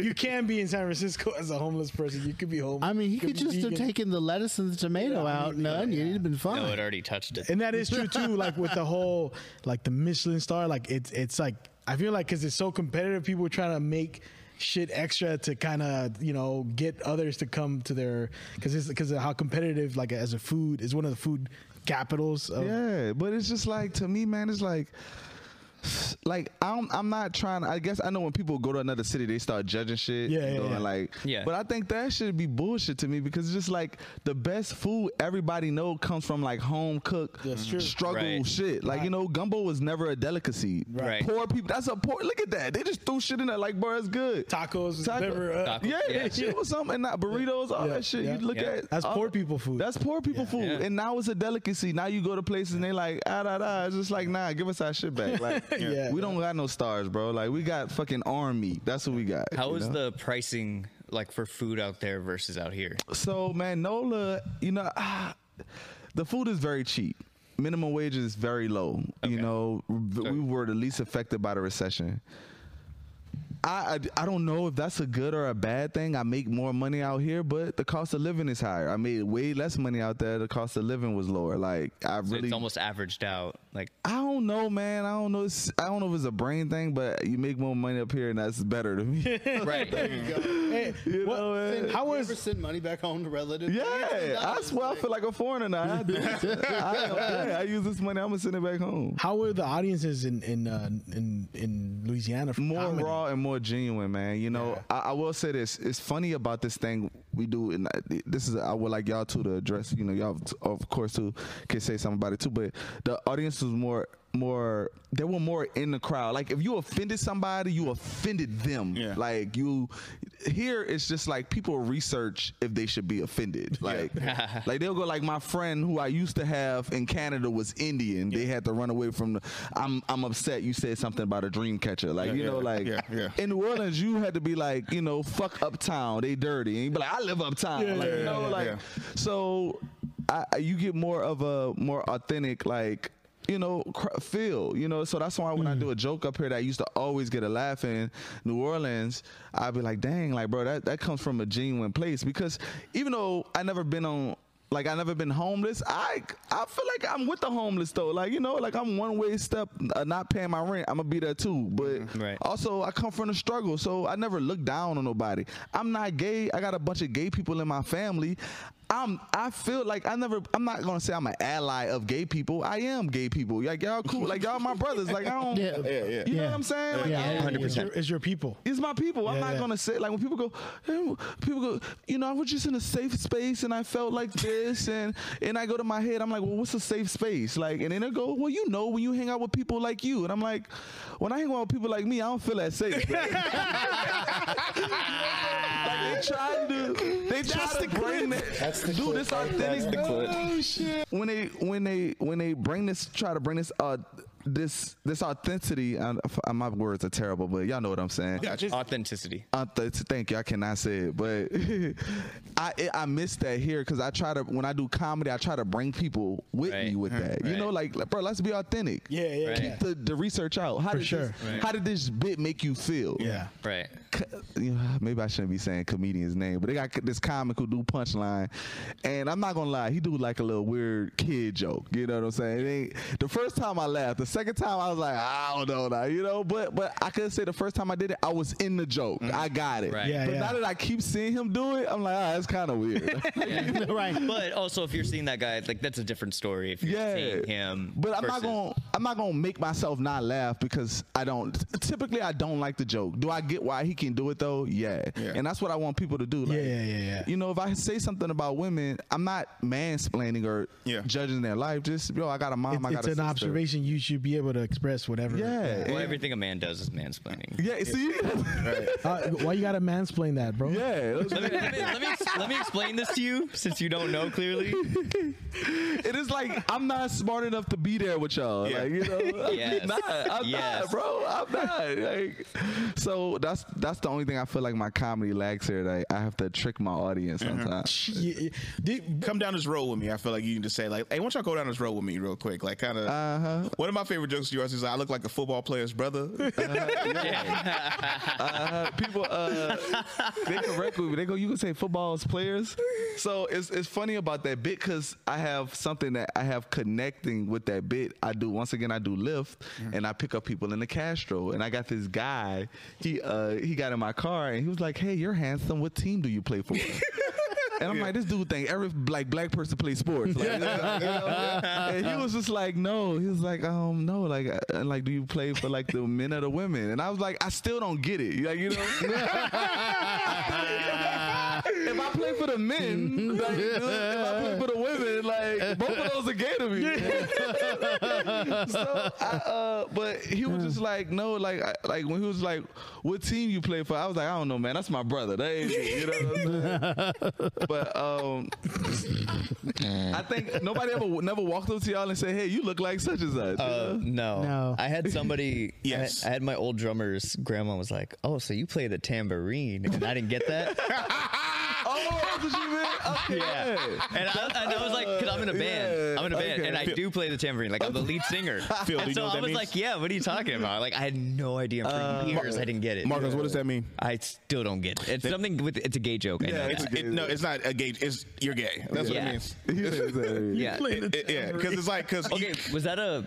Speaker 6: You can be in San Francisco as a homeless person. You could be homeless.
Speaker 10: I mean, he
Speaker 6: You
Speaker 10: could
Speaker 6: be
Speaker 10: just have
Speaker 6: vegan.
Speaker 10: taken the lettuce and the tomato
Speaker 6: Yeah, I
Speaker 10: out and
Speaker 6: mean,
Speaker 10: the
Speaker 6: yeah,
Speaker 10: onion. It'd have been fine.
Speaker 8: No, it already touched it.
Speaker 6: and that is true too. Like with the whole like the Michelin star, like it's it's like I feel like because it's so competitive, people are trying to make shit extra to kind of you know get others to come to their because it's because of how competitive like as a food is one of the food capitals. Of,
Speaker 9: Yeah, but it's just like to me, man. It's like, like I'm I'm not trying. I guess I know when people go to another city, they start judging shit.
Speaker 6: Yeah,
Speaker 9: you
Speaker 6: yeah,
Speaker 9: know, and
Speaker 6: yeah.
Speaker 9: Like,
Speaker 8: Yeah.
Speaker 9: But I think that should be bullshit to me because it's just like the best food everybody know comes from like home cook
Speaker 6: That's true.
Speaker 9: struggle
Speaker 8: Right.
Speaker 9: shit. Like you know, gumbo was never a delicacy.
Speaker 8: Right.
Speaker 9: Poor people. That's a poor. Look at that. They just threw shit in there like, bro, it's good.
Speaker 6: Tacos,
Speaker 9: Taco-
Speaker 6: liver, uh,
Speaker 8: Taco.
Speaker 9: Yeah,
Speaker 8: Yeah.
Speaker 9: that shit was something. And not burritos, all
Speaker 6: Yeah,
Speaker 9: that shit.
Speaker 6: yeah.
Speaker 9: You look
Speaker 8: Yeah.
Speaker 9: at
Speaker 6: That's
Speaker 9: all
Speaker 6: poor
Speaker 9: the-
Speaker 6: people food.
Speaker 9: That's poor people food,
Speaker 8: Yeah.
Speaker 9: and now it's a delicacy. Now you go to places and they like ah da da. It's just like nah, give us our shit back. Like
Speaker 6: Yeah, Yeah.
Speaker 9: We don't got no stars, bro. Like we got fucking arm meat. That's what we got.
Speaker 8: How
Speaker 9: you
Speaker 8: is
Speaker 9: know?
Speaker 8: the pricing like for food out there versus out here?
Speaker 9: So man, Nola, you know, ah, the food is very cheap. Minimum wage is very low. You know, we were the least affected by the recession. I, I I don't know if that's a good or a bad thing. I make more money out here, but the cost of living is higher. I made way less money out there. The cost of living was lower. Like I
Speaker 8: So
Speaker 9: really
Speaker 8: it's almost averaged out. Like
Speaker 9: I don't know, man. I don't know. It's, I don't know if it's a brain thing, but you make more money up here, and that's better to me.
Speaker 8: right.
Speaker 6: Hey, what- how was
Speaker 10: send money back home to relatives?
Speaker 9: yeah, I swear I feel like a foreigner now. I, do. I, I, I use this money. I'm gonna send it back home.
Speaker 6: how were the audiences in in uh, in, in Louisiana for
Speaker 9: more
Speaker 6: comedy?
Speaker 9: raw and more genuine, man. You know, I, I will say this: it's funny about this thing we do, and I- this is I would like y'all too to address. You know, y'all t- of course too can say something about it too, but the audience was more more they were more in the crowd like if you offended somebody you offended them
Speaker 4: Yeah.
Speaker 9: like you here it's just like people research if they should be offended like like they'll go like my friend who i used to have in canada was indian they had to run away from the i'm i'm upset you said something about a dream catcher like you know
Speaker 4: yeah,
Speaker 9: like
Speaker 4: yeah, yeah.
Speaker 9: in New Orleans, you had to be like, you know, fuck uptown. They dirty. And you be like, I live uptown. like, you know, like so I, I- you get more of a more authentic like you know cr- feel you know so that's why when i
Speaker 4: Mm.
Speaker 9: do a joke up here that I used to always get a laugh in new orleans i'd be like dang like bro that, that comes from a genuine place because even though i never been on like I never been homeless. I I feel like I'm with the homeless though. Like you know, like I'm one way step uh, not paying my rent. I'm gonna be there too.
Speaker 4: Mm-hmm.
Speaker 9: But
Speaker 8: Right.
Speaker 9: also I come from the struggle, so I never look down on nobody. I'm not gay. I got a bunch of gay people in my family. I'm I feel like I never. I'm not gonna say I'm an ally of gay people. I am gay people. Like y'all cool. Like y'all my brothers. Like I don't.
Speaker 10: Yeah. Yeah, yeah.
Speaker 9: You
Speaker 10: Yeah.
Speaker 9: know what I'm saying? Like,
Speaker 10: Yeah,
Speaker 9: I don't-
Speaker 10: yeah,
Speaker 6: It's your, it's your people.
Speaker 9: it's my people. I'm
Speaker 6: Yeah,
Speaker 9: not
Speaker 6: yeah.
Speaker 9: gonna say like when people go, eh, people go. You know, I was just in a safe space and I felt like this, and and I go to my head. I'm like, well, what's a safe space? Like, and then they go, well, you know, when you hang out with people like you, and I'm like, when I hang out with people like me, I don't feel that safe. man." like they try to, they try to bring that.
Speaker 2: That's the
Speaker 9: dude,
Speaker 2: clip.
Speaker 9: this authentic.
Speaker 2: That's the clip.
Speaker 9: Oh shit! When they when they when they bring this, try to bring this uh. This this authenticity, uh, my words are terrible, but y'all know what I'm saying.
Speaker 8: authenticity.
Speaker 9: Uh, th- thank you. I cannot say it, but I it, I miss that here because I try to when I do comedy, I try to bring people with me
Speaker 8: Right.
Speaker 9: with that. You
Speaker 8: Right.
Speaker 9: know, like, like, bro, let's be authentic.
Speaker 6: Uh-huh. Yeah, yeah,
Speaker 8: Right.
Speaker 6: yeah.
Speaker 9: The, the research out. How
Speaker 6: For
Speaker 9: did
Speaker 6: sure.
Speaker 9: This, How did this bit make you feel?
Speaker 6: Yeah.
Speaker 8: Right.
Speaker 9: Co- you know, maybe I shouldn't be saying comedian's name, but they got this comic who do punchline, and I'm not gonna lie, he do like a little weird kid joke. You know what I'm saying? It ain't, the first time I laughed, the second time I was like, I don't know, now, you know. But but I could say the first time I did it, I was in the joke, I got it.
Speaker 8: Mm-hmm. Right.
Speaker 6: Yeah,
Speaker 9: but
Speaker 6: yeah.
Speaker 9: now that I keep seeing him do it, I'm like, ah, that's kind of weird.
Speaker 10: right.
Speaker 8: But also, if you're seeing that guy, like that's a different story. If you're
Speaker 9: yeah,
Speaker 8: seeing him,
Speaker 9: But I'm not
Speaker 8: versus-
Speaker 9: gonna I'm not gonna make myself not laugh because I don't. Typically, I don't like the joke. Do I get why he can do it though? Yeah, and that's what I want people to do. Like,
Speaker 6: Yeah, yeah, yeah, yeah.
Speaker 9: You know, if I say something about women, I'm not mansplaining or
Speaker 4: Yeah.
Speaker 9: judging their life. Just yo, I got a mom.
Speaker 6: It's,
Speaker 9: I got
Speaker 6: it's
Speaker 9: a
Speaker 6: an
Speaker 9: sister.
Speaker 6: observation you should be able to express whatever.
Speaker 9: Yeah.
Speaker 8: Well,
Speaker 9: and-
Speaker 8: everything a man does is mansplaining.
Speaker 9: yeah. See.
Speaker 6: Uh, why you gotta mansplain that, bro?
Speaker 9: yeah.
Speaker 8: Let me, let, me, let, me, ex- let me explain this to you since you don't know clearly.
Speaker 9: It is like I'm not smart enough to be there with y'all.
Speaker 4: Yeah.
Speaker 9: Like you know, I'm
Speaker 8: Yes.
Speaker 9: not. I'm not,
Speaker 8: Yes.
Speaker 9: bro. I'm not. Like, so that's that's the only thing I feel like my comedy lags here. Like I have to trick my audience sometimes.
Speaker 6: Yeah, yeah. Did-
Speaker 4: Come down this road with me. I feel like you can just say like, "Hey, why don't y'all go down this road with me real quick?" Like, kind of.
Speaker 9: Uh-huh.
Speaker 4: One of my favorite jokes of yours is, "I look like a football player's brother."
Speaker 9: Uh, people, uh, they correct me. They go, you can say football's players. So it's it's funny about that bit because I have something that I have connecting with that bit. I do once again. I do lift and I pick up people in the Castro. And I got this guy. He uh he got in my car and he was like, hey, you're handsome. What team do you play for? And I'm like, this dude think every like black person plays sports. Like, you know? and he was just like, no. He was like, um, no, like, uh, and like, do you play for like the men or the women? And I was like, I still don't get it. Like, you know, if I play for the men, like, dude, if I play for the women, like, both of those are gay to me. so so I, uh, but he was just like, no, like, I, like when he was like, what team you play for? I was like, I don't know, man. That's my brother. That ain't me," you know what I'm saying? but um, I think nobody ever never walked up to y'all and said, hey, you look like such and such.
Speaker 8: Uh, no.
Speaker 10: No.
Speaker 8: I had somebody.
Speaker 4: Yes.
Speaker 8: I had, I had my old drummer's grandma was like, "Oh, so you play the tambourine?" And I didn't get that.
Speaker 9: oh, that's what you meant? Okay.
Speaker 8: yeah. And I, and I was like, "Cause I'm in a band.
Speaker 9: Yeah,
Speaker 8: I'm in a band,
Speaker 9: okay.
Speaker 8: and I do play the tambourine. Like I'm the lead singer."
Speaker 4: Phil, do
Speaker 8: and
Speaker 4: you
Speaker 8: so
Speaker 4: know what
Speaker 8: I
Speaker 4: that
Speaker 8: was
Speaker 4: means? Uh,
Speaker 8: like, "Yeah, what are you talking about?" Like I had no idea. For years, I didn't get it.
Speaker 5: Marcus, what does that mean?
Speaker 8: I still don't get it. It's something with. It's a gay joke. I know
Speaker 4: It's,
Speaker 8: that.
Speaker 4: it, no, it's not a gay. It's you're gay. That's what
Speaker 8: Yeah.
Speaker 4: it means.
Speaker 8: yeah.
Speaker 4: It- it- yeah, because it's like because
Speaker 8: Okay. Was that a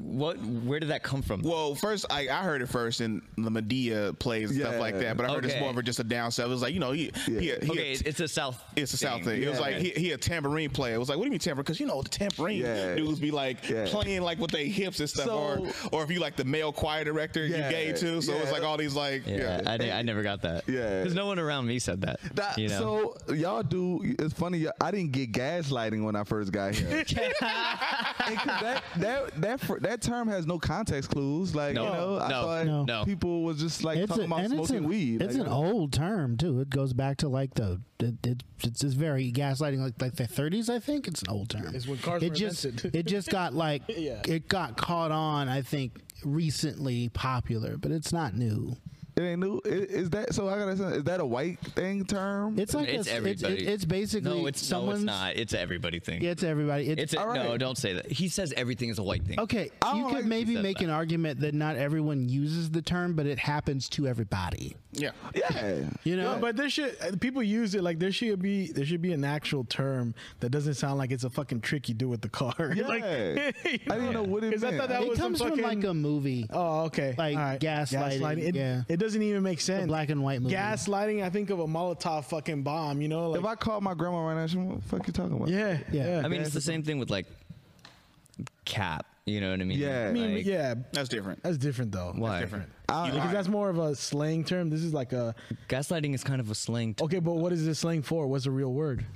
Speaker 8: what? Where did that come from?
Speaker 4: Well, first I, I heard it first in the Medea plays and
Speaker 5: Yeah.
Speaker 4: stuff like that, but I heard it's
Speaker 8: Okay.
Speaker 4: more of a- just a down south. It was like you know he he, he
Speaker 8: okay, it's a South.
Speaker 4: It's a South thing. It was like he, he a tambourine player. It was like, what do you mean tambourine? Because you know the tambourine
Speaker 5: Yeah.
Speaker 4: dudes be like
Speaker 5: Yeah.
Speaker 4: playing like with their hips and stuff,
Speaker 5: So-
Speaker 4: or or if you like the male choir director,
Speaker 5: Yeah.
Speaker 4: you gay too. So it's
Speaker 5: Yeah.
Speaker 4: like all these like
Speaker 8: Yeah, I, didn't- I never got that.
Speaker 5: Yeah.
Speaker 8: because no one around me said that.
Speaker 9: That-
Speaker 8: you know?
Speaker 9: So y'all do. It's funny. y'all- I didn't get gaslighting when I first got here. And 'cause that that that fr- that term has no context clues. Like
Speaker 8: No,
Speaker 9: you know, I
Speaker 8: no,
Speaker 9: thought
Speaker 10: No.
Speaker 8: no.
Speaker 9: people was just like talking about
Speaker 10: and
Speaker 9: smoking
Speaker 10: it's an-
Speaker 9: weed.
Speaker 10: It's
Speaker 9: like,
Speaker 10: an old term too. It goes back to like the it, it, it's, it's very gaslighting, like like the 30s. I think it's an old term.
Speaker 6: It's when cars
Speaker 10: it
Speaker 6: were
Speaker 10: just
Speaker 6: invented.
Speaker 10: it just got like
Speaker 6: Yeah.
Speaker 10: it got caught on. I think recently popular, but it's not new.
Speaker 9: it ain't new. I- Is that so? I gotta say, is that a white thing term?
Speaker 10: It's like
Speaker 8: it's
Speaker 10: a, it's,
Speaker 8: everybody.
Speaker 10: it- it's basically
Speaker 8: no, it's no,
Speaker 10: someone's
Speaker 8: it's not. It's a everybody thing.
Speaker 10: Yeah, it's everybody. It's,
Speaker 8: it's a, no. Don't say that. He says everything is a white thing.
Speaker 10: Okay,
Speaker 6: Oh,
Speaker 9: I
Speaker 10: you
Speaker 9: don't
Speaker 10: could
Speaker 9: like-
Speaker 10: maybe
Speaker 8: said
Speaker 10: make
Speaker 8: that.
Speaker 10: an argument that not everyone uses the term, but it happens to everybody.
Speaker 4: yeah.
Speaker 9: yeah.
Speaker 10: You know,
Speaker 6: No, but there should uh, people use it like there should be there should be an actual term that doesn't sound like it's a fucking trick you do with the car.
Speaker 9: Yeah.
Speaker 6: like,
Speaker 9: I didn't know what it
Speaker 6: 'Cause I
Speaker 9: meant.
Speaker 6: thought that
Speaker 10: it
Speaker 6: was some
Speaker 10: comes from
Speaker 6: fucking-
Speaker 10: like a movie.
Speaker 6: Oh, okay.
Speaker 10: Like
Speaker 6: All right.
Speaker 10: gaslighting,
Speaker 6: It,
Speaker 10: yeah.
Speaker 6: it doesn't even make sense.
Speaker 10: black and white movie.
Speaker 6: Gaslighting. I think of a Molotov fucking bomb. You know, like
Speaker 9: if I called my grandma right now, she, what the fuck you talking about?
Speaker 6: yeah,
Speaker 10: Yeah.
Speaker 6: yeah.
Speaker 8: I mean it's the same thing with like cap. You know what I mean?
Speaker 9: Yeah.
Speaker 6: I mean,
Speaker 8: Like,
Speaker 6: yeah,
Speaker 4: That's different.
Speaker 6: that's different though.
Speaker 8: Why?
Speaker 6: That's different.
Speaker 9: I-
Speaker 6: because that's more of a slang term. This is like a
Speaker 8: Gaslighting is kind of a slang. T-
Speaker 6: okay, but what is this slang for? What's a real word?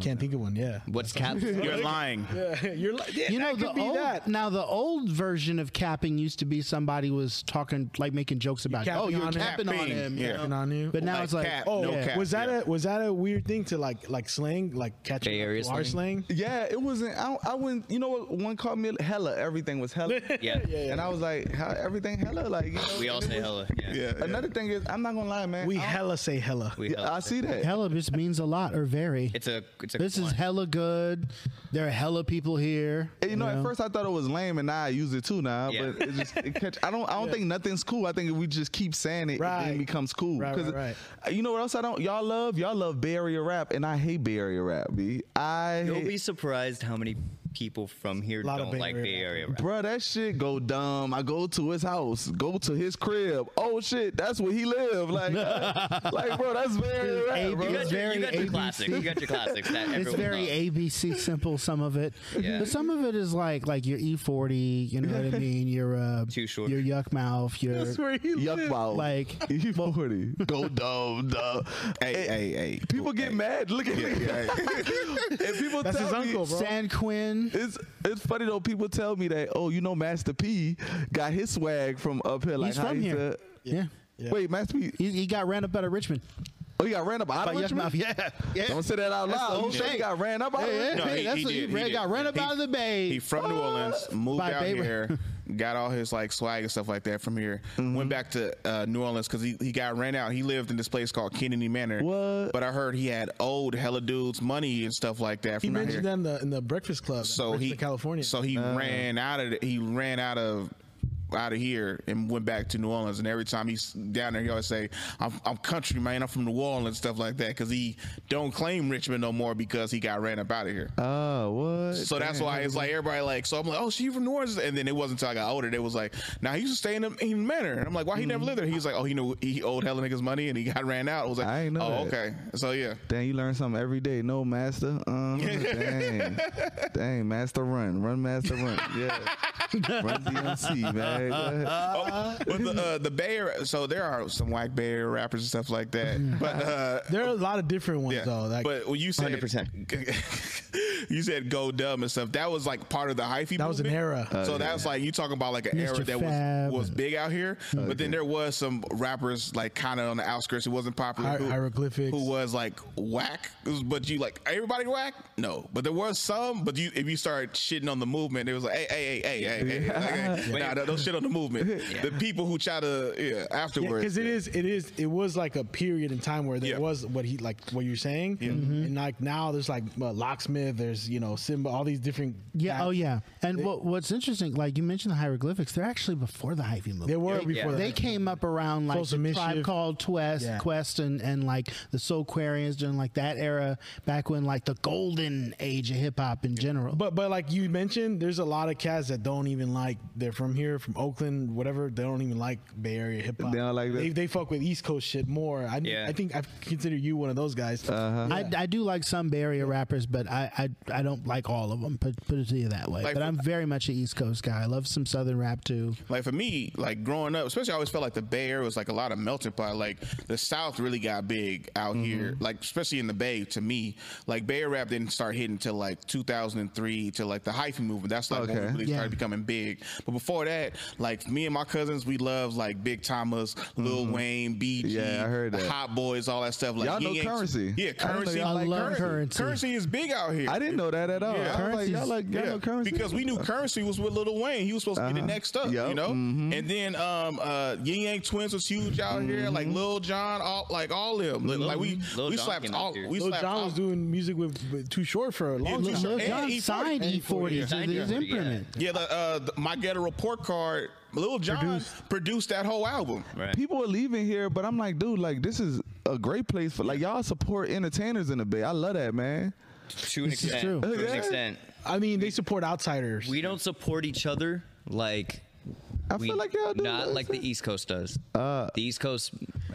Speaker 6: Can't think of one. Yeah,
Speaker 8: What's cap?
Speaker 4: You're lying.
Speaker 6: you're like, yeah,
Speaker 10: you know
Speaker 6: that
Speaker 10: the
Speaker 6: could be
Speaker 10: old
Speaker 6: that.
Speaker 10: now the old version of capping used to be somebody was talking like making jokes about
Speaker 6: capping
Speaker 10: oh you're
Speaker 6: on him.
Speaker 10: capping on
Speaker 4: Capping,
Speaker 10: him,
Speaker 4: yeah.
Speaker 10: you know?
Speaker 6: Capping on you.
Speaker 10: But now
Speaker 4: Like
Speaker 10: it's like
Speaker 4: cap,
Speaker 10: oh
Speaker 6: Oh,
Speaker 4: no
Speaker 10: yeah.
Speaker 4: cap.
Speaker 6: was that a was that a weird thing to like like slang like catch
Speaker 8: Bay Area
Speaker 6: our slang?
Speaker 9: Yeah, it wasn't. I, don't- I wouldn't. You know what? One called me hella. Everything was hella.
Speaker 8: Yeah.
Speaker 9: And I was like, how everything hella? Like, you know,
Speaker 8: We all
Speaker 9: and it
Speaker 8: say
Speaker 9: was-
Speaker 8: hella. Yeah.
Speaker 9: Another thing is, I'm not gonna lie, man.
Speaker 6: We
Speaker 9: I don't-
Speaker 6: hella say hella.
Speaker 8: We
Speaker 9: Yeah,
Speaker 8: hella.
Speaker 9: I see that.
Speaker 10: hella just means a lot or very.
Speaker 8: It's a. It's a.
Speaker 10: this is
Speaker 8: one.
Speaker 10: hella good. There are hella people here.
Speaker 9: And you know, at first I thought it was lame, and now I use it too now.
Speaker 8: Yeah.
Speaker 9: But it just it catch. I don't. I don't think nothing's cool. I think we just keep saying it, it
Speaker 6: Right.
Speaker 9: then becomes cool.
Speaker 6: Right,
Speaker 9: 'Cause
Speaker 6: right,
Speaker 9: You know what else I don't? Y'all love. Y'all love barrier rap, and I hate barrier rap. B. I.
Speaker 8: You'll
Speaker 9: hate-
Speaker 8: be surprised how many people from here
Speaker 6: Lot of
Speaker 8: don't
Speaker 6: Bay
Speaker 8: like
Speaker 6: Area
Speaker 8: Bay Area. rap.
Speaker 9: Bruh, that shit go dumb. I go to his house, go to his crib. Oh shit, that's where he live. Like, like, bro, that's very rap,
Speaker 10: Dude,
Speaker 9: bro.
Speaker 8: You
Speaker 10: It's
Speaker 8: got, your,
Speaker 10: very
Speaker 8: you got your
Speaker 10: ABC.
Speaker 8: classics. You got your classics. That
Speaker 10: It's
Speaker 8: everyone
Speaker 10: very
Speaker 8: loves.
Speaker 10: ABC simple. Some of it,
Speaker 8: Yeah.
Speaker 10: but some of it is like like your E forty. You know what I mean? Your uh,
Speaker 8: Too short.
Speaker 10: Your yuck mouth. Your
Speaker 9: Yuck wow.
Speaker 10: like
Speaker 9: E forty, go dumb, dumb.
Speaker 4: Hey,
Speaker 9: And
Speaker 4: hey, hey.
Speaker 9: People get mad. Look at me. and people
Speaker 6: That's
Speaker 9: tell
Speaker 6: his
Speaker 9: me-
Speaker 6: uncle, bro.
Speaker 10: San Quinn.
Speaker 9: It's it's funny though. People tell me that oh, you know, Master P got his swag from up here. Like
Speaker 10: He's
Speaker 9: how
Speaker 10: from
Speaker 9: he
Speaker 10: here.
Speaker 9: said-
Speaker 10: Yeah.
Speaker 9: Wait, Master P.
Speaker 10: He, he got ran up out of Richmond.
Speaker 9: Oh, he got ran up out
Speaker 10: By
Speaker 9: of
Speaker 10: Yuck
Speaker 9: Richmond?
Speaker 10: Mouth, yeah. Yeah.
Speaker 9: Don't say that out
Speaker 10: That's the
Speaker 9: loud.
Speaker 10: whole
Speaker 9: You sure he
Speaker 10: thing.
Speaker 9: got ran up out
Speaker 10: Yeah,
Speaker 9: of
Speaker 10: yeah.
Speaker 9: Richmond?
Speaker 4: No,
Speaker 10: Hey,
Speaker 4: he-
Speaker 10: that's
Speaker 4: he
Speaker 10: what he
Speaker 4: did,
Speaker 10: ran-
Speaker 4: did.
Speaker 10: got ran up
Speaker 4: He-
Speaker 10: out of the bay. Ah,
Speaker 4: He from New Orleans, moved
Speaker 10: By
Speaker 4: out
Speaker 10: Bay-
Speaker 4: here, got all his like swag and stuff like that from here.
Speaker 10: Mm-hmm.
Speaker 4: Went back to uh, New Orleans because he, he got ran out. He lived in this place called Kennedy Manor.
Speaker 9: What?
Speaker 4: But I heard he had owed hella dudes money and stuff like that
Speaker 6: He
Speaker 4: from out
Speaker 6: mentioned
Speaker 4: here.
Speaker 6: that in the in the Breakfast Club.
Speaker 4: so he
Speaker 6: California.
Speaker 4: So he
Speaker 9: Uh.
Speaker 4: ran out of the, he ran out of out of here and went back to New Orleans. And every time he's down there, he always say, "I'm, I'm country man. I'm from New Orleans and stuff like that." Because he don't claim Richmond no more because he got ran up out of here.
Speaker 9: Oh, what?
Speaker 4: So that's why it's like everybody like. So I'm like, oh, she from New Orleans, and then it wasn't until I got older they was like, now he used to stay in the in manor. And I'm like, why he
Speaker 9: Mm-hmm.
Speaker 4: never lived there? He's like, oh, he knew he owed hella niggas money and he got ran out. I was like,
Speaker 9: I ain't know
Speaker 4: oh,
Speaker 9: that.
Speaker 4: okay. So yeah,
Speaker 9: Dang, you learn something every day. No, master. Um, dang, dang, master, run, run, master, run. Yeah, run DMC, man. Go ahead.
Speaker 4: oh, but the uh, the Bay Area- so there are some white Bay Area rappers and stuff like that. But uh,
Speaker 6: there are a lot of different ones
Speaker 4: yeah,
Speaker 6: though. Like
Speaker 4: but when you said
Speaker 8: 100%.
Speaker 4: you said go dumb and stuff. That was like part of the hyphy.
Speaker 6: That was an
Speaker 4: movement.
Speaker 6: era.
Speaker 4: so that's like you talking about like an
Speaker 10: Mr.
Speaker 4: era that
Speaker 10: Fab.
Speaker 4: was was big out here. But then there was some rappers like kind of on the outskirts. It wasn't popular.
Speaker 6: Hier-
Speaker 4: who-
Speaker 6: hieroglyphics.
Speaker 4: Who was like whack? But you like everybody whack? No, but there was some. But you if you start shitting on the movement, it was like hey hey hey hey hey. hey, like, hey nah, don't- don't shit on the movement. The people who try to yeah afterwards.
Speaker 6: because it is, it is, it was like a period in time where there
Speaker 4: Yeah.
Speaker 6: was what he like what you're saying,
Speaker 10: Mm-hmm.
Speaker 6: and like now there's like uh, locksmith, there's you know Simba, all these different.
Speaker 10: Yeah.
Speaker 6: guys.
Speaker 10: Oh, yeah. And what, what's interesting, like you mentioned the hieroglyphics, they're actually before the Hy-Vee movement.
Speaker 6: They were before
Speaker 10: They
Speaker 6: that.
Speaker 10: came up around like
Speaker 6: Close
Speaker 10: the
Speaker 6: Initiative.
Speaker 10: tribe called Quest,
Speaker 6: Yeah.
Speaker 10: Quest, and and like the Soul Quarians during like that era, back when like the golden age of hip hop in general.
Speaker 6: But but like you mentioned, there's a lot of cats that don't even like. They're from here, from Oakland, whatever. They don't even like Bay Area hip hop.
Speaker 9: They don't like that?
Speaker 6: They, they fuck with East Coast shit more. I
Speaker 8: Yeah.
Speaker 6: I think I consider you one of those guys. Uh-huh.
Speaker 10: I, I do like some Bay Area rappers, but I, I I don't like all of them. Put put it to you that way.
Speaker 4: Like-
Speaker 10: but I'm very much an East Coast guy. I love some Southern rap too.
Speaker 4: Like for me, like growing up, especially I always felt like the Bay Area was like a lot of melting pot. Like the South really got big out here,
Speaker 9: Mm-hmm.
Speaker 4: like especially in the Bay. To me, like Bay Area rap didn't start hitting till like 2003 till like the hyphy movement. That's like when we
Speaker 9: Okay.
Speaker 4: really
Speaker 10: Yeah.
Speaker 4: started becoming big. But before that, like me and my cousins, we loved like Big Thomas, Lil Wayne, BG,
Speaker 9: Mm-hmm. Yeah, I heard
Speaker 4: the
Speaker 9: that.
Speaker 4: Hot Boys, all that stuff. Like
Speaker 9: Y'all
Speaker 4: he
Speaker 9: know
Speaker 4: ain't-
Speaker 9: Currency. I
Speaker 4: yeah,
Speaker 10: didn't know
Speaker 4: currency.
Speaker 10: y'all
Speaker 4: like,
Speaker 10: loved Currency.
Speaker 4: currency is big out here.
Speaker 9: I didn't know that at all.
Speaker 4: Yeah.
Speaker 9: I was like, y'all
Speaker 10: Currency's-
Speaker 9: like, y'all know currency?
Speaker 4: Because we knew currency was with Lil Wayne. He was supposed to be the next up,
Speaker 9: Yup.
Speaker 4: you know? And then um uh Yin Yang twins was huge out here, like Lil John, all like all them. Like, like we
Speaker 8: Mm-hmm. Lil
Speaker 4: we
Speaker 8: Jon
Speaker 4: slapped
Speaker 8: came out
Speaker 4: all
Speaker 8: here.
Speaker 4: we
Speaker 6: Lil
Speaker 4: slapped
Speaker 6: John
Speaker 4: all,
Speaker 6: was doing music with, with Too Short for a long
Speaker 4: Lil-
Speaker 6: time.
Speaker 10: Lil
Speaker 4: and
Speaker 10: Jon
Speaker 4: E40.
Speaker 10: signed
Speaker 4: And
Speaker 10: E40 to
Speaker 8: Signed
Speaker 10: his
Speaker 8: E40, yeah.
Speaker 10: imprint.
Speaker 4: Yeah, the, uh, the- my ghetto report card. Lil John produced, that whole album.
Speaker 8: Right.
Speaker 9: people are leaving here, but I'm like, dude, like this is a great place for like y'all support entertainers in the Bay. I love that, man.
Speaker 8: To an
Speaker 10: This is
Speaker 8: extent.
Speaker 10: true.
Speaker 8: To
Speaker 9: Yeah.
Speaker 8: an extent.
Speaker 6: I mean, they support outsiders.
Speaker 8: We don't support each other like
Speaker 9: I
Speaker 8: we,
Speaker 9: feel like y'all do.
Speaker 8: not like the East Coast does. Uh, the East Coast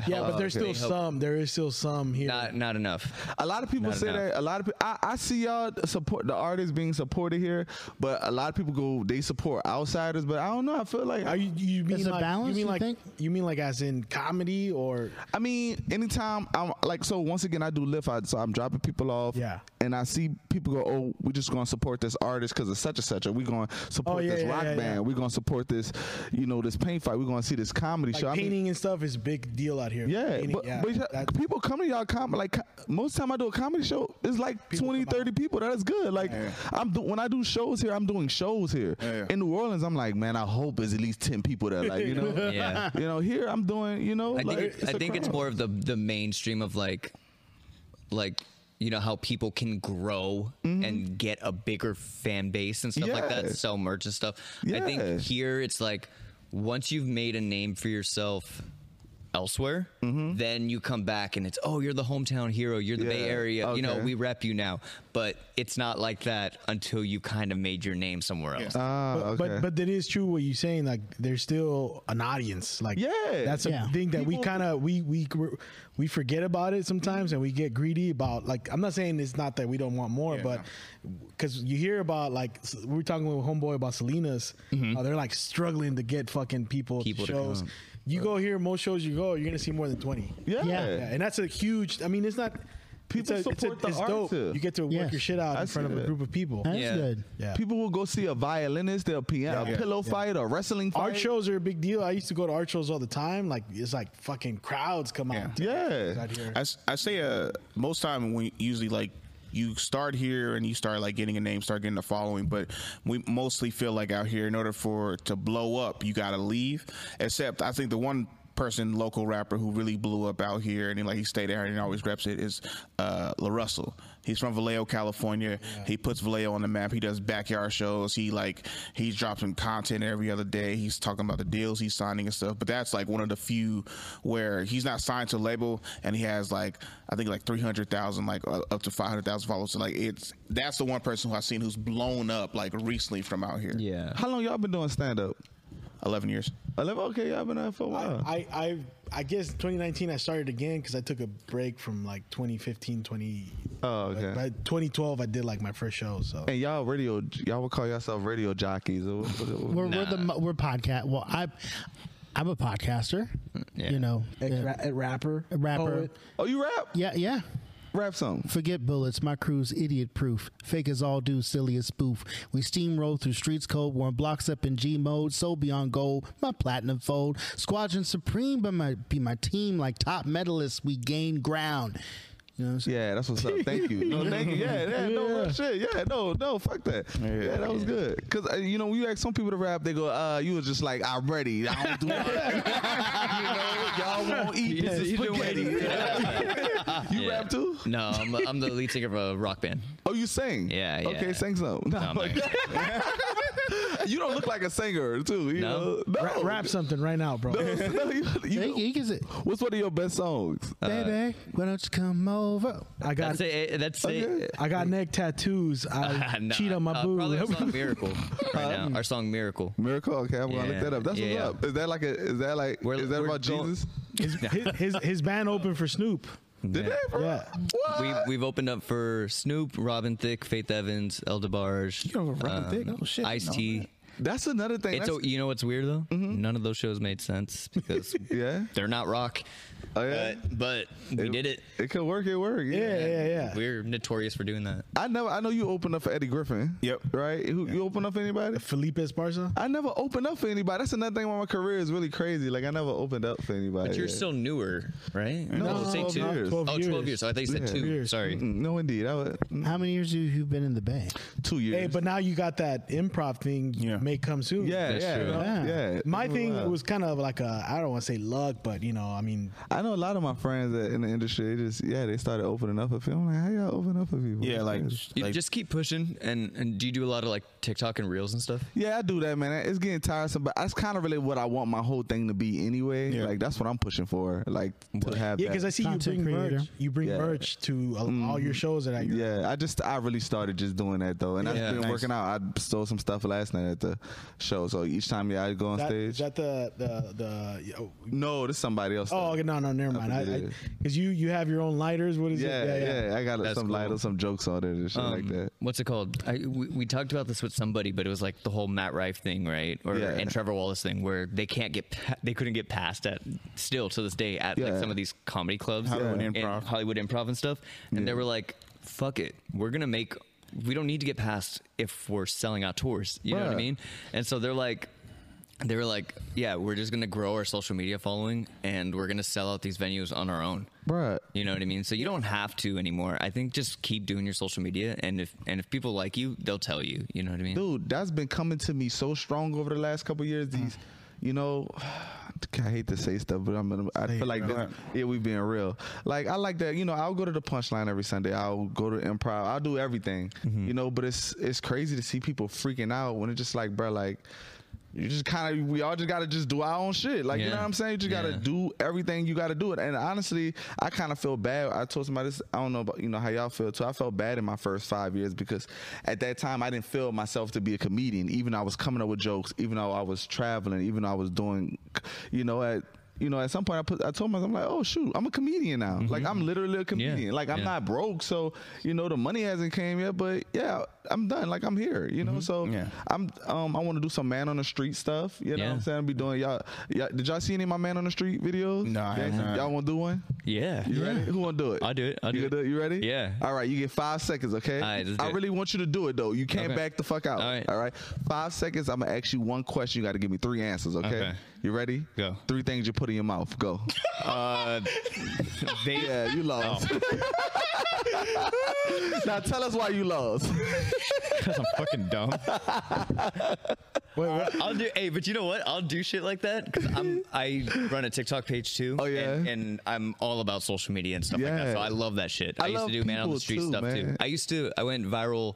Speaker 6: yeah, but
Speaker 8: help-
Speaker 6: there's
Speaker 8: they
Speaker 6: still
Speaker 8: help.
Speaker 6: some. There is still some here.
Speaker 8: not not enough.
Speaker 9: A lot of people
Speaker 8: Not
Speaker 9: say
Speaker 8: enough.
Speaker 9: that. A lot of people. I, I see y'all support the artists being supported here, but a lot of people go they support outsiders. But I don't know. I feel like
Speaker 6: Are you, you mean
Speaker 10: it
Speaker 6: like,
Speaker 10: balanced,
Speaker 6: You mean
Speaker 10: you
Speaker 6: like
Speaker 10: think?
Speaker 6: you mean like as in comedy or
Speaker 9: I mean, anytime I'm like, so once again, I do lift. I, so I'm dropping people off.
Speaker 6: Yeah.
Speaker 9: And I see people go, oh, we're just going to support this artist because of such and such. Or we're going to support
Speaker 6: Oh, yeah,
Speaker 9: this
Speaker 6: yeah,
Speaker 9: rock
Speaker 6: yeah, yeah.
Speaker 9: band. We're going to support this, you know, this paint fight. We're going to see this comedy
Speaker 6: like
Speaker 9: show. I mean,
Speaker 6: painting and stuff is a big deal out here.
Speaker 9: yeah,
Speaker 6: Painting,
Speaker 9: but, but y'all-
Speaker 6: that's-
Speaker 9: people come to y'all com Like co- most time I do a comedy show, it's like
Speaker 6: People
Speaker 9: 20,
Speaker 6: come out.
Speaker 9: 30 people. That is good. Like I'm do, when I do shows here, I'm doing shows here.
Speaker 4: Yeah.
Speaker 9: In New Orleans, I'm like, man, I hope it's at least ten people there. Like you know,
Speaker 8: Yeah.
Speaker 9: you know, here I'm doing, you know,
Speaker 8: I think
Speaker 9: like,
Speaker 8: it- I
Speaker 9: a
Speaker 8: think it's
Speaker 9: crowd.
Speaker 8: more of the the mainstream of like like you know how people can grow
Speaker 9: Mm-hmm.
Speaker 8: and get a bigger fan base and stuff like
Speaker 9: Yeah.
Speaker 8: that, sell merch and stuff. I
Speaker 9: Yeah.
Speaker 8: think here it's like once you've made a name for yourself elsewhere, then you come back and it's oh you're the hometown hero, you're the Bay
Speaker 9: Mm-hmm. Yeah.
Speaker 8: Area, you know
Speaker 9: Okay.
Speaker 8: we rep you now. But it's not like that until you kind of made your name somewhere else.
Speaker 9: Ah,
Speaker 6: but,
Speaker 9: okay.
Speaker 6: but but it is true what you're saying. Like there's still an audience. Like
Speaker 9: Yeah.
Speaker 6: that's a
Speaker 10: Yeah.
Speaker 6: thing that we
Speaker 9: People-
Speaker 6: kind of we we gr- we forget about it sometimes, and we get greedy about. Like I'm not saying it's not that we don't want more, but because you hear about like s- we were talking with homeboy about Selena's,
Speaker 10: Mm-hmm.
Speaker 6: how they're like struggling to get fucking people,
Speaker 8: People
Speaker 6: to
Speaker 8: to
Speaker 6: shows.
Speaker 8: come.
Speaker 6: you go here, most shows you go, you're gonna see more than twenty.
Speaker 9: Yeah.
Speaker 10: Yeah.
Speaker 6: Yeah, and that's a huge. I mean, it's not.
Speaker 9: People
Speaker 6: it's a, it's a-
Speaker 9: support the
Speaker 6: it's
Speaker 9: arts
Speaker 6: dope.
Speaker 9: here.
Speaker 6: You get to work
Speaker 10: Yes.
Speaker 6: your shit out
Speaker 9: I
Speaker 6: in front
Speaker 9: see
Speaker 6: of a
Speaker 9: that.
Speaker 6: group of people.
Speaker 10: That's
Speaker 8: Yeah.
Speaker 10: good.
Speaker 6: Yeah.
Speaker 9: People will go see a violinist, a piano, a pillow fight, a wrestling fight.
Speaker 6: art shows are a big deal. I used to go to art shows all the time. Like it's like fucking crowds come out. to-
Speaker 9: Yeah.
Speaker 6: out here.
Speaker 4: I, s- I say uh, most time when usually like you start here and you start like getting a name, start getting a following, but we mostly feel like out here in order for to blow up, you gotta leave. Except I think the one person local rapper who really blew up out here and he, like he stayed there and he always reps it is uh La Russell. He's from Vallejo, California. He puts Vallejo on the map. He does backyard shows. He like he's dropping content every other day. He's talking about the deals he's signing and stuff. But that's like one of the few where he's not signed to a label and he has like I think like three hundred thousand, like uh, up to five hundred thousand followers. So like it's that's the one person who I've seen who's blown up like recently from out here.
Speaker 8: yeah.
Speaker 9: How long y'all been doing stand up?
Speaker 4: eleven years.
Speaker 9: Eleven. Okay, y'all been out for a while.
Speaker 6: I, I I guess 2019 I started again because I took a break from like 2015 20.
Speaker 9: Oh, okay.
Speaker 6: By 2012 I did like my first show. So
Speaker 9: and y'all radio, y'all would call yourself radio jockeys. Or what- what- what-
Speaker 10: We're, we're the mo- we're podcast. Well, I I'm a podcaster.
Speaker 8: yeah.
Speaker 10: You know,
Speaker 6: Ex-
Speaker 10: yeah.
Speaker 6: ra- rapper,
Speaker 10: rapper.
Speaker 6: poet.
Speaker 9: oh, you rap?
Speaker 10: Yeah, yeah.
Speaker 9: Rap something.
Speaker 10: Forget bullets, my crew's idiot proof. Fake as all do, silly as spoof. We steamroll through streets cold, warm blocks up in G mode, so beyond gold, my platinum fold. Squadron supreme, but my be my team like top medalists, we gain ground. You know what I'm saying?
Speaker 9: Yeah, that's what's up. Thank you. No, thank you. Yeah, yeah, no real shit. Yeah, no, no, fuck that. Yeah, that was good. Cause uh, you know when you ask some people to rap, they go, "Uh, you was just like, I'm ready. I don't do it. you know, y'all won't eat
Speaker 8: He's-
Speaker 9: this
Speaker 8: he's been
Speaker 9: spaghetti.
Speaker 8: waiting.
Speaker 9: you
Speaker 8: Yeah.
Speaker 9: rap too?
Speaker 8: No, I'm, I'm the lead singer of a rock band.
Speaker 9: Oh, you sing?
Speaker 8: Yeah, yeah.
Speaker 9: Okay, sing some. No,
Speaker 8: No,
Speaker 9: fuck
Speaker 8: man.
Speaker 9: that. you don't look like a singer too. You
Speaker 8: No?
Speaker 9: know? no.
Speaker 6: Ra- rap something right now, bro.
Speaker 9: No, no, you, you
Speaker 10: He, he gets it.
Speaker 9: what's one of your best songs?
Speaker 8: Uh,
Speaker 10: Baby, why don't you come over?
Speaker 6: I got
Speaker 8: That's it. That's it.
Speaker 6: I got neck tattoos. I
Speaker 8: Nah,
Speaker 6: cheat on my
Speaker 8: uh,
Speaker 6: boo.
Speaker 8: Probably our song Miracle. Right now. Our song Miracle.
Speaker 9: Miracle. Okay, I'm gonna
Speaker 8: Yeah.
Speaker 9: look that up. That's what's
Speaker 8: Yeah.
Speaker 9: up. Is that like a? Is that like?
Speaker 8: We're-
Speaker 9: is that
Speaker 8: we're
Speaker 9: about
Speaker 8: going-
Speaker 9: Jesus?
Speaker 6: his, his, his his band opened for Snoop.
Speaker 9: Did
Speaker 8: Yeah.
Speaker 9: they? For
Speaker 6: Yeah.
Speaker 9: What?
Speaker 8: We, we've opened up for Snoop, Robin Thicke, Faith Evans, El DeBarge.
Speaker 5: You know Robin Thicke? Oh, shit, I
Speaker 8: Ice
Speaker 5: didn't know
Speaker 8: T.
Speaker 5: that.
Speaker 9: That's another thing.
Speaker 8: It's
Speaker 9: That's,
Speaker 8: o- you know what's weird though? None of those shows made sense because
Speaker 9: yeah.
Speaker 8: they're not rock.
Speaker 9: Oh, yeah?
Speaker 8: But, but we did it.
Speaker 9: It could work. It work. Yeah.
Speaker 6: Yeah, yeah, yeah.
Speaker 8: We're notorious for doing that.
Speaker 9: I never. I know you opened up for Eddie Griffin.
Speaker 4: Yep.
Speaker 9: Right. Who, You open up for anybody?
Speaker 6: Felipe Esparza.
Speaker 9: I never opened up for anybody. That's another thing why my career is really crazy. Like I never opened up for anybody.
Speaker 8: But you're
Speaker 9: Yeah.
Speaker 8: still newer, right?
Speaker 9: Uh, No,
Speaker 8: say
Speaker 9: 12
Speaker 8: two.
Speaker 9: years.
Speaker 8: Oh, 12 years. So I thought you said
Speaker 9: Yeah.
Speaker 8: two.
Speaker 6: Years.
Speaker 8: Sorry.
Speaker 9: Mm, No, indeed. I was, mm,
Speaker 10: Um, How many years have you been in the band?
Speaker 9: two years.
Speaker 6: Hey, but now you got that improv thing.
Speaker 5: Yeah.
Speaker 6: May come soon.
Speaker 9: yeah,
Speaker 8: That's
Speaker 9: yeah,
Speaker 8: true.
Speaker 9: yeah, uh,
Speaker 6: My thing
Speaker 9: Wow.
Speaker 6: was kind of like a I don't want to say luck, but you know, I mean,
Speaker 9: I know a lot of my friends that in the industry. They just yeah, they started opening up for people. I'm like, how y'all open up for people?
Speaker 4: Yeah,
Speaker 9: It's
Speaker 4: like,
Speaker 9: crazy.
Speaker 8: You
Speaker 4: like
Speaker 8: just keep pushing. And, and do you do a lot of like TikTok and reels and stuff?
Speaker 9: Yeah, I do that, man. It's getting tiresome, but that's kind of really what I want my whole thing to be anyway.
Speaker 5: Yeah.
Speaker 9: Like that's what I'm pushing for. Like to have.
Speaker 6: yeah, because
Speaker 9: that.
Speaker 6: I see you
Speaker 10: Content
Speaker 6: bring
Speaker 10: creator.
Speaker 6: merch. You bring
Speaker 9: Yeah. Mm-hmm.
Speaker 6: merch to a, all your shows that I.
Speaker 9: yeah, I just I really started just doing that though, and
Speaker 8: Yeah.
Speaker 9: I've been
Speaker 8: Nice.
Speaker 9: working out. I stole some stuff last night at the show, so each time yeah, I go on
Speaker 6: That, is
Speaker 9: stage.
Speaker 6: that the the the? Oh,
Speaker 9: no, this somebody else.
Speaker 6: oh okay, no, no, never mind.
Speaker 9: forget
Speaker 6: I
Speaker 9: it.
Speaker 6: because you you have your own lighters. What is
Speaker 9: yeah,
Speaker 6: it?
Speaker 9: yeah, I got
Speaker 8: That's
Speaker 9: some
Speaker 8: cool.
Speaker 9: light or some jokes on it and shit like
Speaker 8: Um,
Speaker 9: that.
Speaker 8: What's it called? I, we, we talked about this with somebody, but it was like the whole Matt Rife thing, right? Or
Speaker 9: Yeah.
Speaker 8: and Trevor Wallace thing, where they can't get pa- they couldn't get past at still to this day at like
Speaker 9: Yeah.
Speaker 8: some of these comedy clubs,
Speaker 9: Hollywood
Speaker 8: and
Speaker 5: Improv.
Speaker 8: Hollywood Improv and stuff, and they were like, "Fuck it, we're gonna make." We don't need to get past if we're selling out tours. You know what I
Speaker 9: Bruh.
Speaker 8: mean? And so they're like, they were like, yeah, we're just gonna grow our social media following and we're gonna sell out these venues on our own.
Speaker 9: Bruh.
Speaker 8: You know what I mean? So you don't have to anymore. I think just keep doing your social media, and if and if people like you, they'll tell you. You know what I mean?
Speaker 9: dude, that's been coming to me so strong over the last couple years. These, you know, I hate to say stuff, but I'm gonna, I feel like that, yeah, we being real. Like I like that, you know. I'll go to the punchline every Sunday. I'll go to improv. I'll do everything, you know. But it's it's crazy to see people freaking out when it's just like, bro, like. You just kind of, we all just got to just do our own shit. Like, you
Speaker 8: Yeah.
Speaker 9: know what I'm saying? You just got to
Speaker 8: Yeah.
Speaker 9: do everything you got to do it. And honestly, I kind of feel bad. I told somebody this. I don't know about you know how y'all feel too. I felt bad in my first five years because at that time I didn't feel myself to be a comedian. Even though I was coming up with jokes, even though I was traveling, even though I was doing, you know at. You know, at some point, I put I told myself, I'm like, oh shoot, I'm a comedian now. Like I'm literally a comedian. Like I'm
Speaker 8: Mm-hmm. Yeah.
Speaker 9: not broke, so you know the money hasn't came yet. But yeah, I'm done. Like I'm here. You know,
Speaker 8: Mm-hmm.
Speaker 9: so
Speaker 5: Yeah.
Speaker 9: I'm um I want to do some man on the street stuff. You know,
Speaker 8: Yeah.
Speaker 9: what I'm saying I'll be doing y'all, y'all. Did y'all see any of my man on the street videos?
Speaker 5: No, I
Speaker 9: Y'all-
Speaker 5: haven't.
Speaker 9: Y'all want to do one?
Speaker 8: yeah.
Speaker 9: You ready? Who want to do it?
Speaker 8: I'll do it. I'll
Speaker 9: you
Speaker 8: do
Speaker 9: gonna
Speaker 8: it.
Speaker 9: You ready?
Speaker 8: Yeah.
Speaker 9: All right. You get five seconds. Okay.
Speaker 8: All right, let's do
Speaker 9: I
Speaker 8: it.
Speaker 9: really want you to do it though. You can't
Speaker 8: Okay.
Speaker 9: back the fuck out.
Speaker 8: All right.
Speaker 9: All right. Five seconds. I'm gonna ask you one question. You got to give me three answers. Okay?
Speaker 8: Okay.
Speaker 9: You ready?
Speaker 8: Go.
Speaker 9: Three things you put in your mouth. Go.
Speaker 8: Uh, they, Oh.
Speaker 9: yeah. You lost. now tell us why you lost.
Speaker 5: Because I'm fucking dumb.
Speaker 8: I'll do. Hey, but you know what? I'll do shit like that because I'm I run a TikTok page too.
Speaker 9: Oh, yeah?
Speaker 8: and, and I'm all about social media and stuff like that. So
Speaker 9: Yeah.
Speaker 8: I love that shit. I,
Speaker 9: I
Speaker 8: used
Speaker 9: love
Speaker 8: to do man on
Speaker 9: people
Speaker 8: the street
Speaker 9: too,
Speaker 8: stuff too.
Speaker 9: man.
Speaker 8: I used to. I went viral.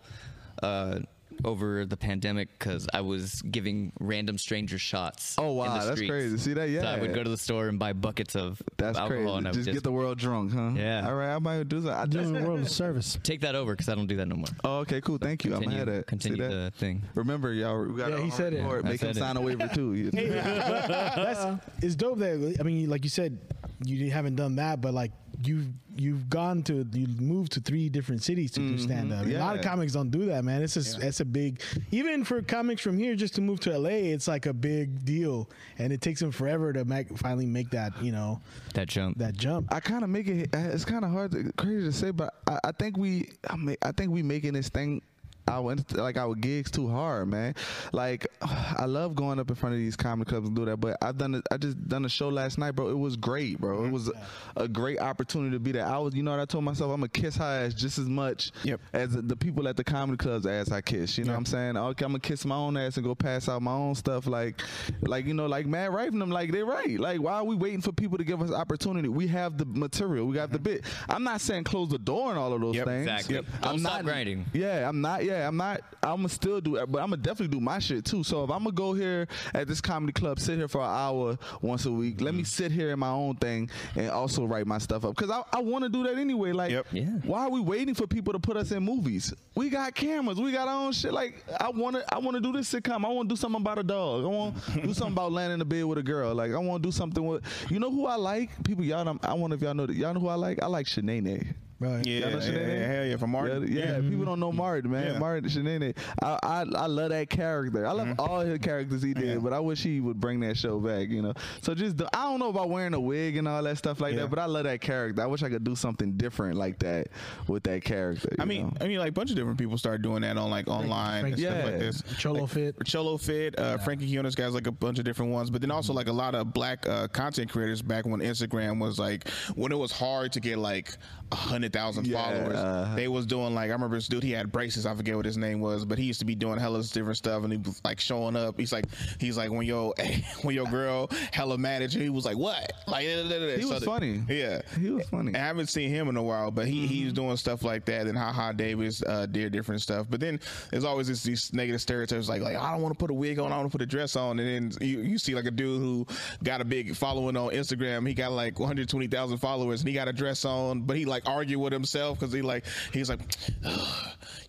Speaker 8: Uh, over the pandemic, because I was giving random strangers shots.
Speaker 9: Oh,
Speaker 8: in
Speaker 9: wow,
Speaker 8: the
Speaker 9: that's
Speaker 8: streets.
Speaker 9: crazy. See that?
Speaker 8: So I would
Speaker 9: Yeah.
Speaker 8: go to the store and buy buckets of
Speaker 9: That's
Speaker 8: alcohol,
Speaker 9: crazy.
Speaker 8: and I would
Speaker 9: Just, get the world drunk, huh?
Speaker 8: Yeah.
Speaker 9: All right. I might do that. I
Speaker 10: Doing
Speaker 9: just,
Speaker 10: the world of service.
Speaker 8: take that over because I don't do that no more.
Speaker 9: Oh, okay, cool. Thank you. I'm
Speaker 8: Continue-
Speaker 9: ahead of
Speaker 8: continue
Speaker 9: See that?
Speaker 8: the thing.
Speaker 9: Remember, y'all. We got
Speaker 6: Yeah, he said it.
Speaker 9: Record.
Speaker 8: I
Speaker 9: Make him
Speaker 8: said it.
Speaker 9: sign a waiver too.
Speaker 6: That's it's dope that I mean, like you said, you haven't done that, but like you've you've gone to you moved to three different cities to do stand up. A lot of
Speaker 9: Mm-hmm. yeah.
Speaker 6: comics don't do that, man. It's just it's a big even for comics from here just to move to LA. It's like a big deal, and it takes them forever to make, finally make that you know
Speaker 8: That jump.
Speaker 6: that jump.
Speaker 9: I kind of make it. uh, It's kind of hard, to, crazy to say, but I, I think we, I, mean, I think we making this thing. Our inst- like our gigs too hard, man. Like I love going up in front of these comedy clubs and do that, but I've done it. I just done a show last night, bro. It was great, bro.
Speaker 6: Mm-hmm.
Speaker 9: It was a, a great opportunity to be there. I was, you know, what I told myself, I'm gonna kiss her ass just as much
Speaker 4: Yep.
Speaker 9: as the people at the comedy clubs ass I kiss. You know what I'm saying? Okay, I'm gonna kiss my own ass and go pass out my own stuff. Like, like you know, like Matt Rife and them. Like they're right. Like why are we waiting for people to give us opportunity? We have the material. We got the bit. I'm not saying close the door and all of those things.
Speaker 8: Exactly. Mm-hmm. Yep. Don't
Speaker 9: I'm
Speaker 8: stop
Speaker 9: not
Speaker 8: grinding.
Speaker 9: Yeah, I'm not. Yeah, I'm not. I'm gonna still do it, but I'm gonna definitely do my shit too. So if I'm gonna go here at this comedy club, sit here for an hour once a week, let me sit here in my own thing and also write my stuff up because I, I want to do that anyway. Like,
Speaker 4: Yep.
Speaker 8: Yeah.
Speaker 9: why are we waiting for people to put us in movies? We got cameras. We got our own shit. Like, I want to. I want to do this sitcom. I want to do something about a dog. I want to do something about landing in the bed with a girl. Like, I want to do something with. You know who I like? People, y'all. don't- I wonder if y'all know. that- Y'all know who I like? I like Shanae.
Speaker 6: Right.
Speaker 4: Yeah,
Speaker 9: know
Speaker 4: yeah,
Speaker 9: Shanae?
Speaker 4: yeah, hell yeah, from Martin.
Speaker 9: Yeah, yeah, people don't know Martin, man.
Speaker 4: Yeah.
Speaker 9: Martin Shenanigans. I, I I love that character. I love
Speaker 4: Mm-hmm.
Speaker 9: all his characters he did, but I wish he would bring that show back. You know, so just the, I don't know about wearing a wig and all that stuff like
Speaker 4: Yeah.
Speaker 9: that, but I love that character. I wish I could do something different like that with that character.
Speaker 4: I
Speaker 9: you
Speaker 4: mean,
Speaker 9: know?
Speaker 4: I mean, like a bunch of different people started doing that on like online and
Speaker 6: Frank-
Speaker 4: stuff
Speaker 9: Yeah.
Speaker 4: like this.
Speaker 6: Cholo
Speaker 4: Like,
Speaker 6: Fit.
Speaker 4: Cholo Fit, uh, Frankie Quinones guys, like a bunch of different ones. But then also like a lot of black uh, content creators back when Instagram was like when it was hard to get like a hundred thousand
Speaker 9: Yeah,
Speaker 4: followers.
Speaker 9: uh-huh.
Speaker 4: they was doing like I remember this dude. He had braces. I forget what his name was, but he used to be doing hella different stuff, and he was like showing up. He's like he's like when your when your girl hella mad at you, he was like what? Like
Speaker 9: He was funny.
Speaker 4: Yeah,
Speaker 9: He was funny. Mm-hmm.
Speaker 4: I haven't seen him in a while, but he he's doing stuff like that, and Ha Ha Davis uh, did different stuff. But then there's always this, these negative stereotypes like like I don't want to put a wig on, I don't want to put a dress on, and then you, you see like a dude who got a big following on Instagram, he got like 120,000 followers, and he got a dress on, but he like argued with himself because he like he's like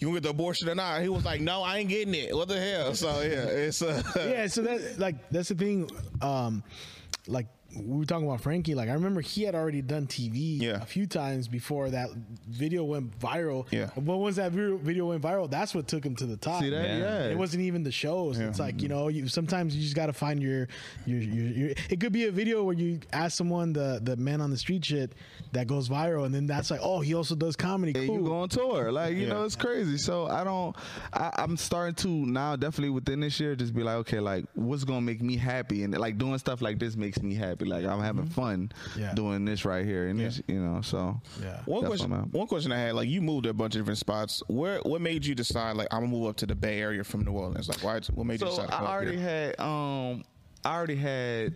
Speaker 4: you gonna get the abortion or not? He was like, no, I ain't getting it. What the hell? So yeah, it's uh,
Speaker 6: yeah, so that like that's the thing. Um, like we were talking about Frankie. Like I remember he had already done TV
Speaker 4: Yeah.
Speaker 6: a few times before that video went viral.
Speaker 4: Yeah.
Speaker 6: But once that video, video went viral, that's what took him to the top.
Speaker 9: See that?
Speaker 8: Yeah.
Speaker 9: Yeah.
Speaker 6: It wasn't even the shows. It's like
Speaker 4: Mm-hmm.
Speaker 6: you know, you sometimes you just got to find your, your your your. It could be a video where you ask someone the the man on the street shit that goes viral, and then that's like, oh, he also does comedy.
Speaker 9: and
Speaker 6: Cool.
Speaker 9: you go on tour. Like you know, it's crazy. So I don't. I, I'm starting to now, definitely within this year, just be like, okay, like what's gonna make me happy, and like doing stuff like this makes me happy. Like I'm having fun
Speaker 6: Mm-hmm. Yeah.
Speaker 9: doing this right here, and it's you know, so
Speaker 6: Yeah.
Speaker 4: One
Speaker 9: That's
Speaker 4: question.
Speaker 9: what I'm at.
Speaker 4: One question I had. Like, you moved to a bunch of different spots. Where? What made you decide? Like, I'm gonna move up to the Bay Area from New Orleans. Like, why? What made
Speaker 9: So
Speaker 4: you decide? to come
Speaker 9: I
Speaker 4: up
Speaker 9: already
Speaker 4: here?
Speaker 9: had um I already had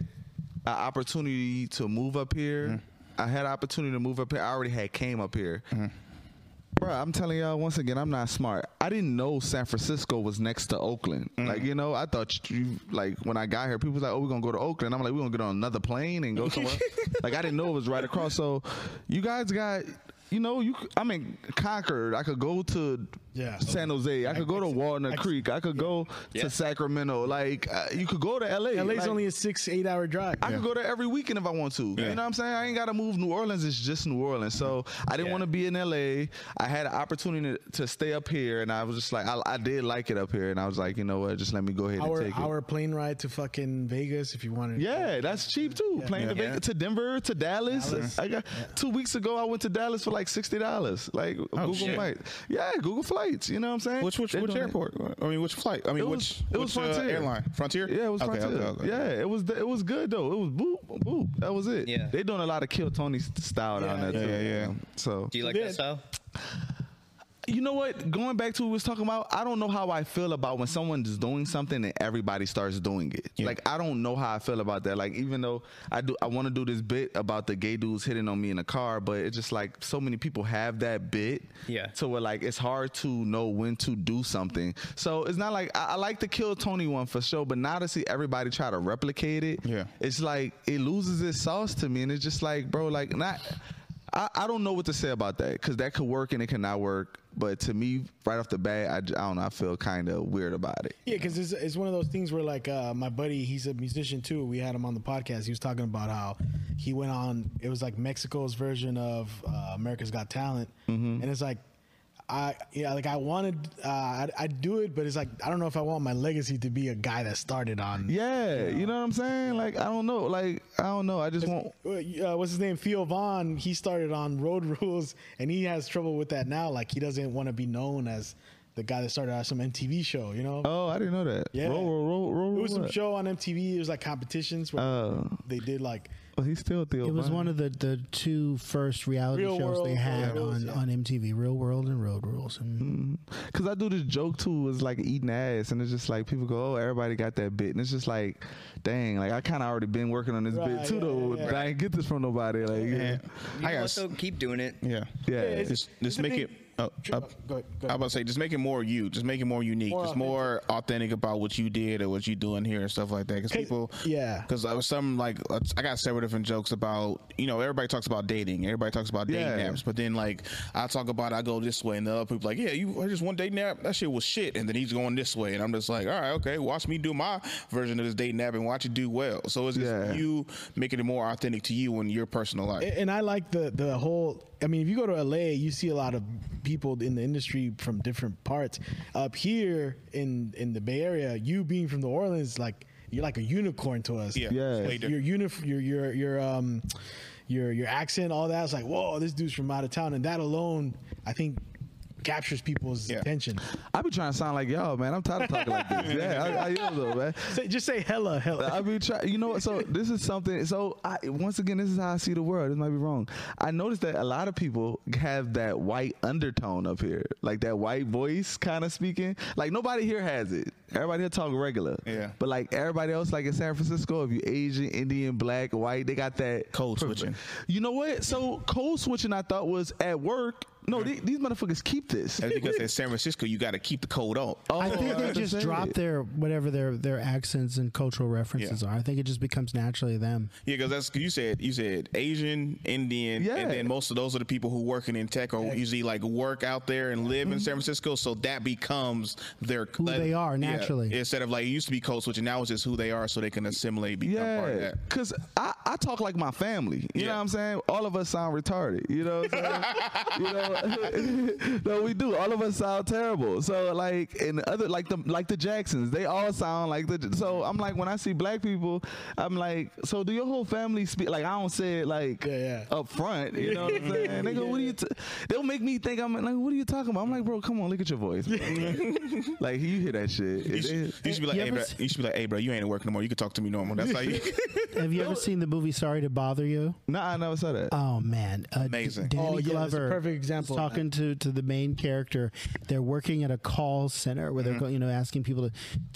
Speaker 9: an opportunity to move up here.
Speaker 4: Mm-hmm.
Speaker 9: I had an opportunity to move up here. I already had came up here. Bro, I'm telling y'all once again, I'm not smart. I didn't know San Francisco was next to Oakland.
Speaker 4: Mm-hmm.
Speaker 9: Like, you know, I thought you like when I got here, people was like, "Oh, we're gonna go to Oakland." I'm like, "We're gonna get on another plane and go somewhere." like, I didn't know it was right across. So, you guys got, you know, you. c- I mean, Concord. I could go to
Speaker 6: Yeah.
Speaker 9: San Jose. I could go to Walnut Creek. I could go to Sacramento. Like uh, you could go to LA.
Speaker 6: LA's
Speaker 9: Like,
Speaker 6: only a six eight hour drive.
Speaker 9: I could go there every weekend if I want to. You know what I'm saying? I ain't got to move. New Orleans It's just New Orleans. So I didn't want to be in LA. I had an opportunity to, to stay up here, and I was just like, I, I did like it up here, and I was like, you know what? Just let me go ahead
Speaker 6: Our
Speaker 9: and take it.
Speaker 6: our plane ride to fucking Vegas if you wanted.
Speaker 9: Yeah, that's cheap too. Playing to, Vegas- to Denver, to Dallas. I got two weeks ago. I went to Dallas for like sixty dollars. Like Google
Speaker 4: Oh, shit.
Speaker 9: flights. Yeah, Google flights. You know what I'm saying?
Speaker 4: Which which,
Speaker 9: They're
Speaker 4: which
Speaker 9: doing it.
Speaker 4: airport? I mean, which flight? I mean,
Speaker 9: It
Speaker 4: which
Speaker 9: was- it was
Speaker 4: which, uh,
Speaker 9: Frontier.
Speaker 4: airline? Frontier.
Speaker 9: Yeah, it was
Speaker 4: Okay,
Speaker 9: Frontier.
Speaker 4: okay, okay.
Speaker 9: Yeah, it was it was good though. It was boop boop. That was it.
Speaker 8: Yeah.
Speaker 9: they doing a lot of kill Tony st- style down
Speaker 6: Yeah,
Speaker 9: there too.
Speaker 4: yeah, yeah.
Speaker 9: So
Speaker 8: Do you like
Speaker 6: Yeah.
Speaker 8: that style?
Speaker 9: you know what? Going back to what we was talking about, I don't know how I feel about when someone's doing something and everybody starts doing it. Like I don't know how I feel about that. Like even though I do, I want to do this bit about the gay dudes hitting on me in a car, but it's just like so many people have that bit.
Speaker 8: Yeah.
Speaker 9: To where like it's hard to know when to do something. So it's not like I, I like the kill Tony one for sure, but now to see everybody try to replicate it,
Speaker 4: Yeah.
Speaker 9: it's like it loses its sauce to me, and it's just like, bro, like not. I, I don't know what to say about that because that could work and it cannot work. But to me, right off the bat, I, j- I don't know. I feel kind of weird about it.
Speaker 6: Yeah, because it's, it's one of those things where like uh, my buddy, he's a musician too. We had him on the podcast. He was talking about how he went on. It was like Mexico's version of uh, America's Got Talent,
Speaker 9: Mm-hmm.
Speaker 6: and it's like. I yeah like I wanted uh, I'd, I'd do it but it's like I don't know if I want my legacy to be a guy that started on
Speaker 9: Yeah, you know what I'm saying? Like I don't know. Like I don't know. I just want.
Speaker 6: uh, what's his name Theo Vaughn he started on Road Rules and he has trouble with that now like he doesn't want to be known as the guy that started on some MTV show you know
Speaker 9: Oh, I didn't know that.
Speaker 6: Yeah.
Speaker 9: Roll, roll, roll, roll.
Speaker 6: It was some
Speaker 9: what?
Speaker 6: show on MTV. It was like competitions where
Speaker 9: Oh.
Speaker 6: they did like
Speaker 9: Well, Oh, he's still Theo.
Speaker 10: It was
Speaker 9: Vaughn.
Speaker 10: one of the, the two first reality
Speaker 6: Real
Speaker 10: shows
Speaker 6: World,
Speaker 10: they had
Speaker 6: Road Rules,
Speaker 10: on,
Speaker 6: yeah.
Speaker 10: on MTV, Real World and Road Rules. And
Speaker 9: Cause I do this joke too, is like eating ass, and it's just like people go, "Oh, everybody got that bit," and it's just like, "Dang!" Like I kind of already been working on this
Speaker 6: Right,
Speaker 9: bit too,
Speaker 6: yeah,
Speaker 9: though.
Speaker 6: yeah, yeah.
Speaker 9: but I ain't get this from nobody. Like, yeah,
Speaker 8: You
Speaker 4: I
Speaker 8: know
Speaker 4: got
Speaker 8: what,
Speaker 4: s-
Speaker 8: though? Keep doing it.
Speaker 4: Yeah.
Speaker 9: yeah.
Speaker 6: it's-
Speaker 4: Just, just
Speaker 6: a
Speaker 4: make
Speaker 6: big-
Speaker 4: it. Uh,
Speaker 6: Sure,
Speaker 4: uh,
Speaker 6: go ahead, go
Speaker 4: I
Speaker 6: ahead.
Speaker 4: about to say, just make it more you. Just make it more unique.
Speaker 6: More
Speaker 4: just more authentic about what you did or what you doing here and stuff like that. Because
Speaker 6: 'Cause-
Speaker 4: people,
Speaker 6: yeah.
Speaker 4: Because I was some like uh, I got several different jokes about you know everybody talks about dating, everybody talks about dating
Speaker 9: Yeah.
Speaker 4: apps, but then like I talk about I go this way and the other people like yeah you I just one dating app that shit was shit and then he's going this way and I'm just like all right okay watch me do my version of this dating app and watch it do well. So it's just
Speaker 9: Yeah.
Speaker 4: you making it more authentic to you and your personal life.
Speaker 6: A- and I like the the whole. I mean, if you go to LA, you see a lot of people in the industry from different parts. Up here in in the Bay Area, you being from New Orleans, like you're like a unicorn to us.
Speaker 4: yeah,
Speaker 9: Yeah.
Speaker 4: Way
Speaker 6: your
Speaker 4: different.
Speaker 6: unif- your your your um your your accent, all that. It's like whoa, this dude's from out of town, and that alone, I think, captures people's
Speaker 4: Yeah.
Speaker 6: attention.
Speaker 9: I be trying to sound like y'all, man. I'm tired of talking like this. Yeah, I, I am though, man.
Speaker 6: Say, just say hella, hella.
Speaker 9: I be try, you know. what? So this is something. So I, once again, this is how I see the world. This might be wrong. I noticed that a lot of people have that white undertone up here, like that white voice kind of speaking. Like nobody here has it. Everybody here talk regular.
Speaker 4: Yeah.
Speaker 9: But like everybody else, like in San Francisco, if you Asian, Indian, Black, White, they got that
Speaker 4: Code switching.
Speaker 9: You know what? So code switching, I thought was at work. No, the- these motherfuckers keep this.
Speaker 4: That's because in San Francisco you got to keep the code on. Oh,
Speaker 10: I think
Speaker 9: yeah,
Speaker 10: they
Speaker 9: that's
Speaker 10: just
Speaker 9: it.
Speaker 10: drop their whatever their, their accents and cultural references
Speaker 4: Yeah.
Speaker 10: are. I think it just becomes naturally them.
Speaker 4: Yeah, because that's 'cause you said you said Asian, Indian,
Speaker 9: Yeah.
Speaker 4: and then most of those are the people who working in tech or usually like work out there and live in San Francisco. So that becomes their
Speaker 10: Mm-hmm. Who they are, naturally.
Speaker 4: Instead of like it used to be code switching, now it's just who they are, so they can assimilate, become part of
Speaker 9: Yeah,
Speaker 4: that.
Speaker 9: because I, I talk like my family. You know
Speaker 4: Yeah.
Speaker 9: what I'm saying? All of us sound retarded. You know what I'm saying? you know? no, we do. All of us sound terrible. So, like, and the other, like the like the Jacksons, they all sound like the. So, I'm like, when I see black people, I'm like, so do your whole family speak? Like, I don't say it like
Speaker 6: Yeah, yeah.
Speaker 9: up front. You know what I'm saying? They go, what are you? T-? They'll make me think I'm like, what are you talking about? I'm like, bro, come on, look at your voice. bro." like, you hear that shit?
Speaker 4: You should, you should be like,
Speaker 10: You
Speaker 4: hey,
Speaker 10: ever
Speaker 4: bro,
Speaker 10: s-
Speaker 4: you should be like, hey, bro, you ain't at work no more. You can talk to me normal. That's how you.
Speaker 10: Have you ever seen the movie Sorry to Bother You?
Speaker 9: Nah, I never saw that.
Speaker 6: Um,
Speaker 10: Oh man, uh, D-
Speaker 4: Amazing.
Speaker 10: Danny
Speaker 6: Oh, yeah, that's a
Speaker 10: Glover,
Speaker 6: perfect
Speaker 10: is
Speaker 6: example of that.
Speaker 10: Talking to, to the main character, they're working at a call center where they're go- you know asking people to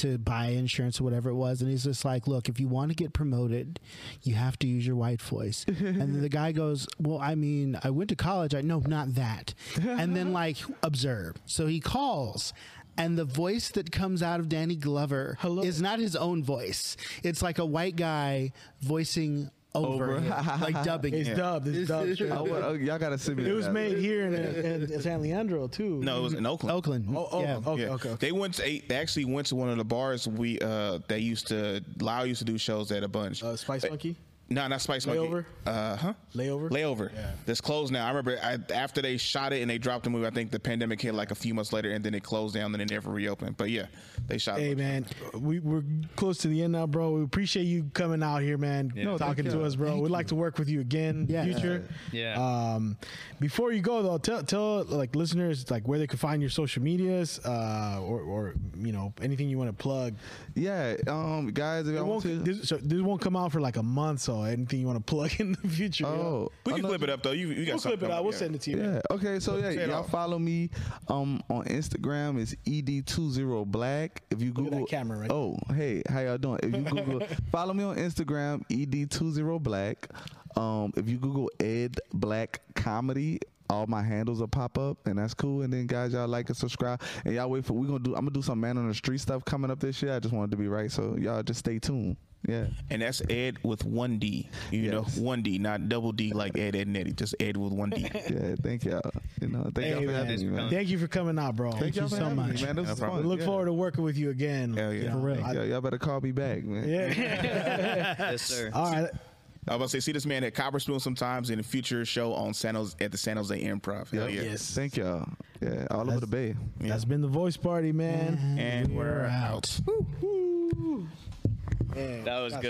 Speaker 10: to buy insurance or whatever it was, and he's just like, "Look, if you want to get promoted, you have to use your white voice." and then the guy goes, "Well, I mean, I went to college. I no, not that." and then like observe. So he calls. And the voice that comes out of Danny Glover is not his own voice. It's like a white guy voicing over,
Speaker 9: Over.
Speaker 10: him, like dubbing.
Speaker 6: It's
Speaker 10: him.
Speaker 6: dubbed. It's dubbed.
Speaker 9: I want- oh, y'all gotta send me.
Speaker 6: It was
Speaker 9: that.
Speaker 6: made here in, in, in San Leandro too.
Speaker 4: no, it was in Oakland.
Speaker 10: Oakland.
Speaker 6: Oh, oh,
Speaker 10: yeah.
Speaker 6: okay,
Speaker 4: Yeah.
Speaker 6: okay, okay.
Speaker 4: They went to a- they actually went to one of the bars we uh they used to Lyle used to do shows at a bunch.
Speaker 6: Uh, Spice Monkey.
Speaker 4: No, not Spice Monkey.
Speaker 6: Layover?
Speaker 4: Uh huh.
Speaker 6: Layover?
Speaker 4: Layover.
Speaker 6: Yeah.
Speaker 4: That's closed now. I remember I, after they shot it and they dropped the movie. I think the pandemic hit like a few months later, and then it closed down and it never reopened. But yeah, they shot.
Speaker 6: Hey
Speaker 4: it.
Speaker 6: man, Uh, we, we're close to the end now, bro. We appreciate you coming out here, man. talking to us, bro. We'd like to work with you again, in the
Speaker 10: Yeah.
Speaker 6: future.
Speaker 8: Yeah.
Speaker 6: Um, before you go though, tell tell like listeners like where they can find your social medias, uh, or or you know anything you want to plug.
Speaker 9: Yeah, um, guys, if
Speaker 6: It
Speaker 9: y'all want
Speaker 6: won't,
Speaker 9: to.
Speaker 6: this, so this won't come out for like a month, so anything you want to plug in the future. you know?
Speaker 9: Oh,
Speaker 4: we
Speaker 9: I
Speaker 4: can
Speaker 9: know-
Speaker 4: clip it up though. You, you got
Speaker 6: we'll clip
Speaker 4: something
Speaker 6: it out.
Speaker 4: coming,
Speaker 6: We'll
Speaker 4: yeah.
Speaker 6: send it to you. man.
Speaker 9: Yeah. Okay. So yeah,
Speaker 4: it
Speaker 9: y'all
Speaker 4: off.
Speaker 9: follow me um on Instagram. It's E ed20black. If you
Speaker 6: Look at that
Speaker 9: Google
Speaker 6: camera right
Speaker 9: Oh, hey, how y'all doing? If you Google, follow me on E Instagram ed20black. Um, if you Google Ed Black Comedy. all my handles will pop up, and that's cool. And then guys, y'all like and subscribe, and y'all wait for we gonna do. I'm gonna do some man on the street stuff coming up this year. I just wanted to be right, so y'all just stay tuned. Yeah,
Speaker 4: And that's Ed with one D. You know,
Speaker 9: Yes.
Speaker 4: one D, not double D like Ed, Ed, and Eddie. Just Ed with one D.
Speaker 9: yeah. Thank y'all. You know, thank y'all
Speaker 6: Hey,
Speaker 9: for
Speaker 6: man.
Speaker 9: having me, man.
Speaker 6: Thank you for coming out, bro. Thank,
Speaker 9: y'all
Speaker 6: you
Speaker 9: for
Speaker 6: so
Speaker 9: having me,
Speaker 6: much.
Speaker 9: man. This
Speaker 4: No
Speaker 9: was
Speaker 4: problem.
Speaker 9: fun.
Speaker 6: I look
Speaker 9: Yeah.
Speaker 6: forward to working with you again.
Speaker 4: Hell yeah.
Speaker 6: You
Speaker 4: For
Speaker 6: know,
Speaker 9: Thank
Speaker 6: I-
Speaker 9: y'all. Y'all better call me back, man.
Speaker 6: yeah.
Speaker 8: Yes, sir.
Speaker 6: All right.
Speaker 4: I was about to say, see this man at Copper Spoon sometimes in a future show on San Jose, at the San Jose Improv. Hell yeah.
Speaker 6: Yes.
Speaker 9: Thank y'all. Yeah, all over the bay.
Speaker 6: That's been the voice party, man.
Speaker 4: And we're out.
Speaker 8: That was good.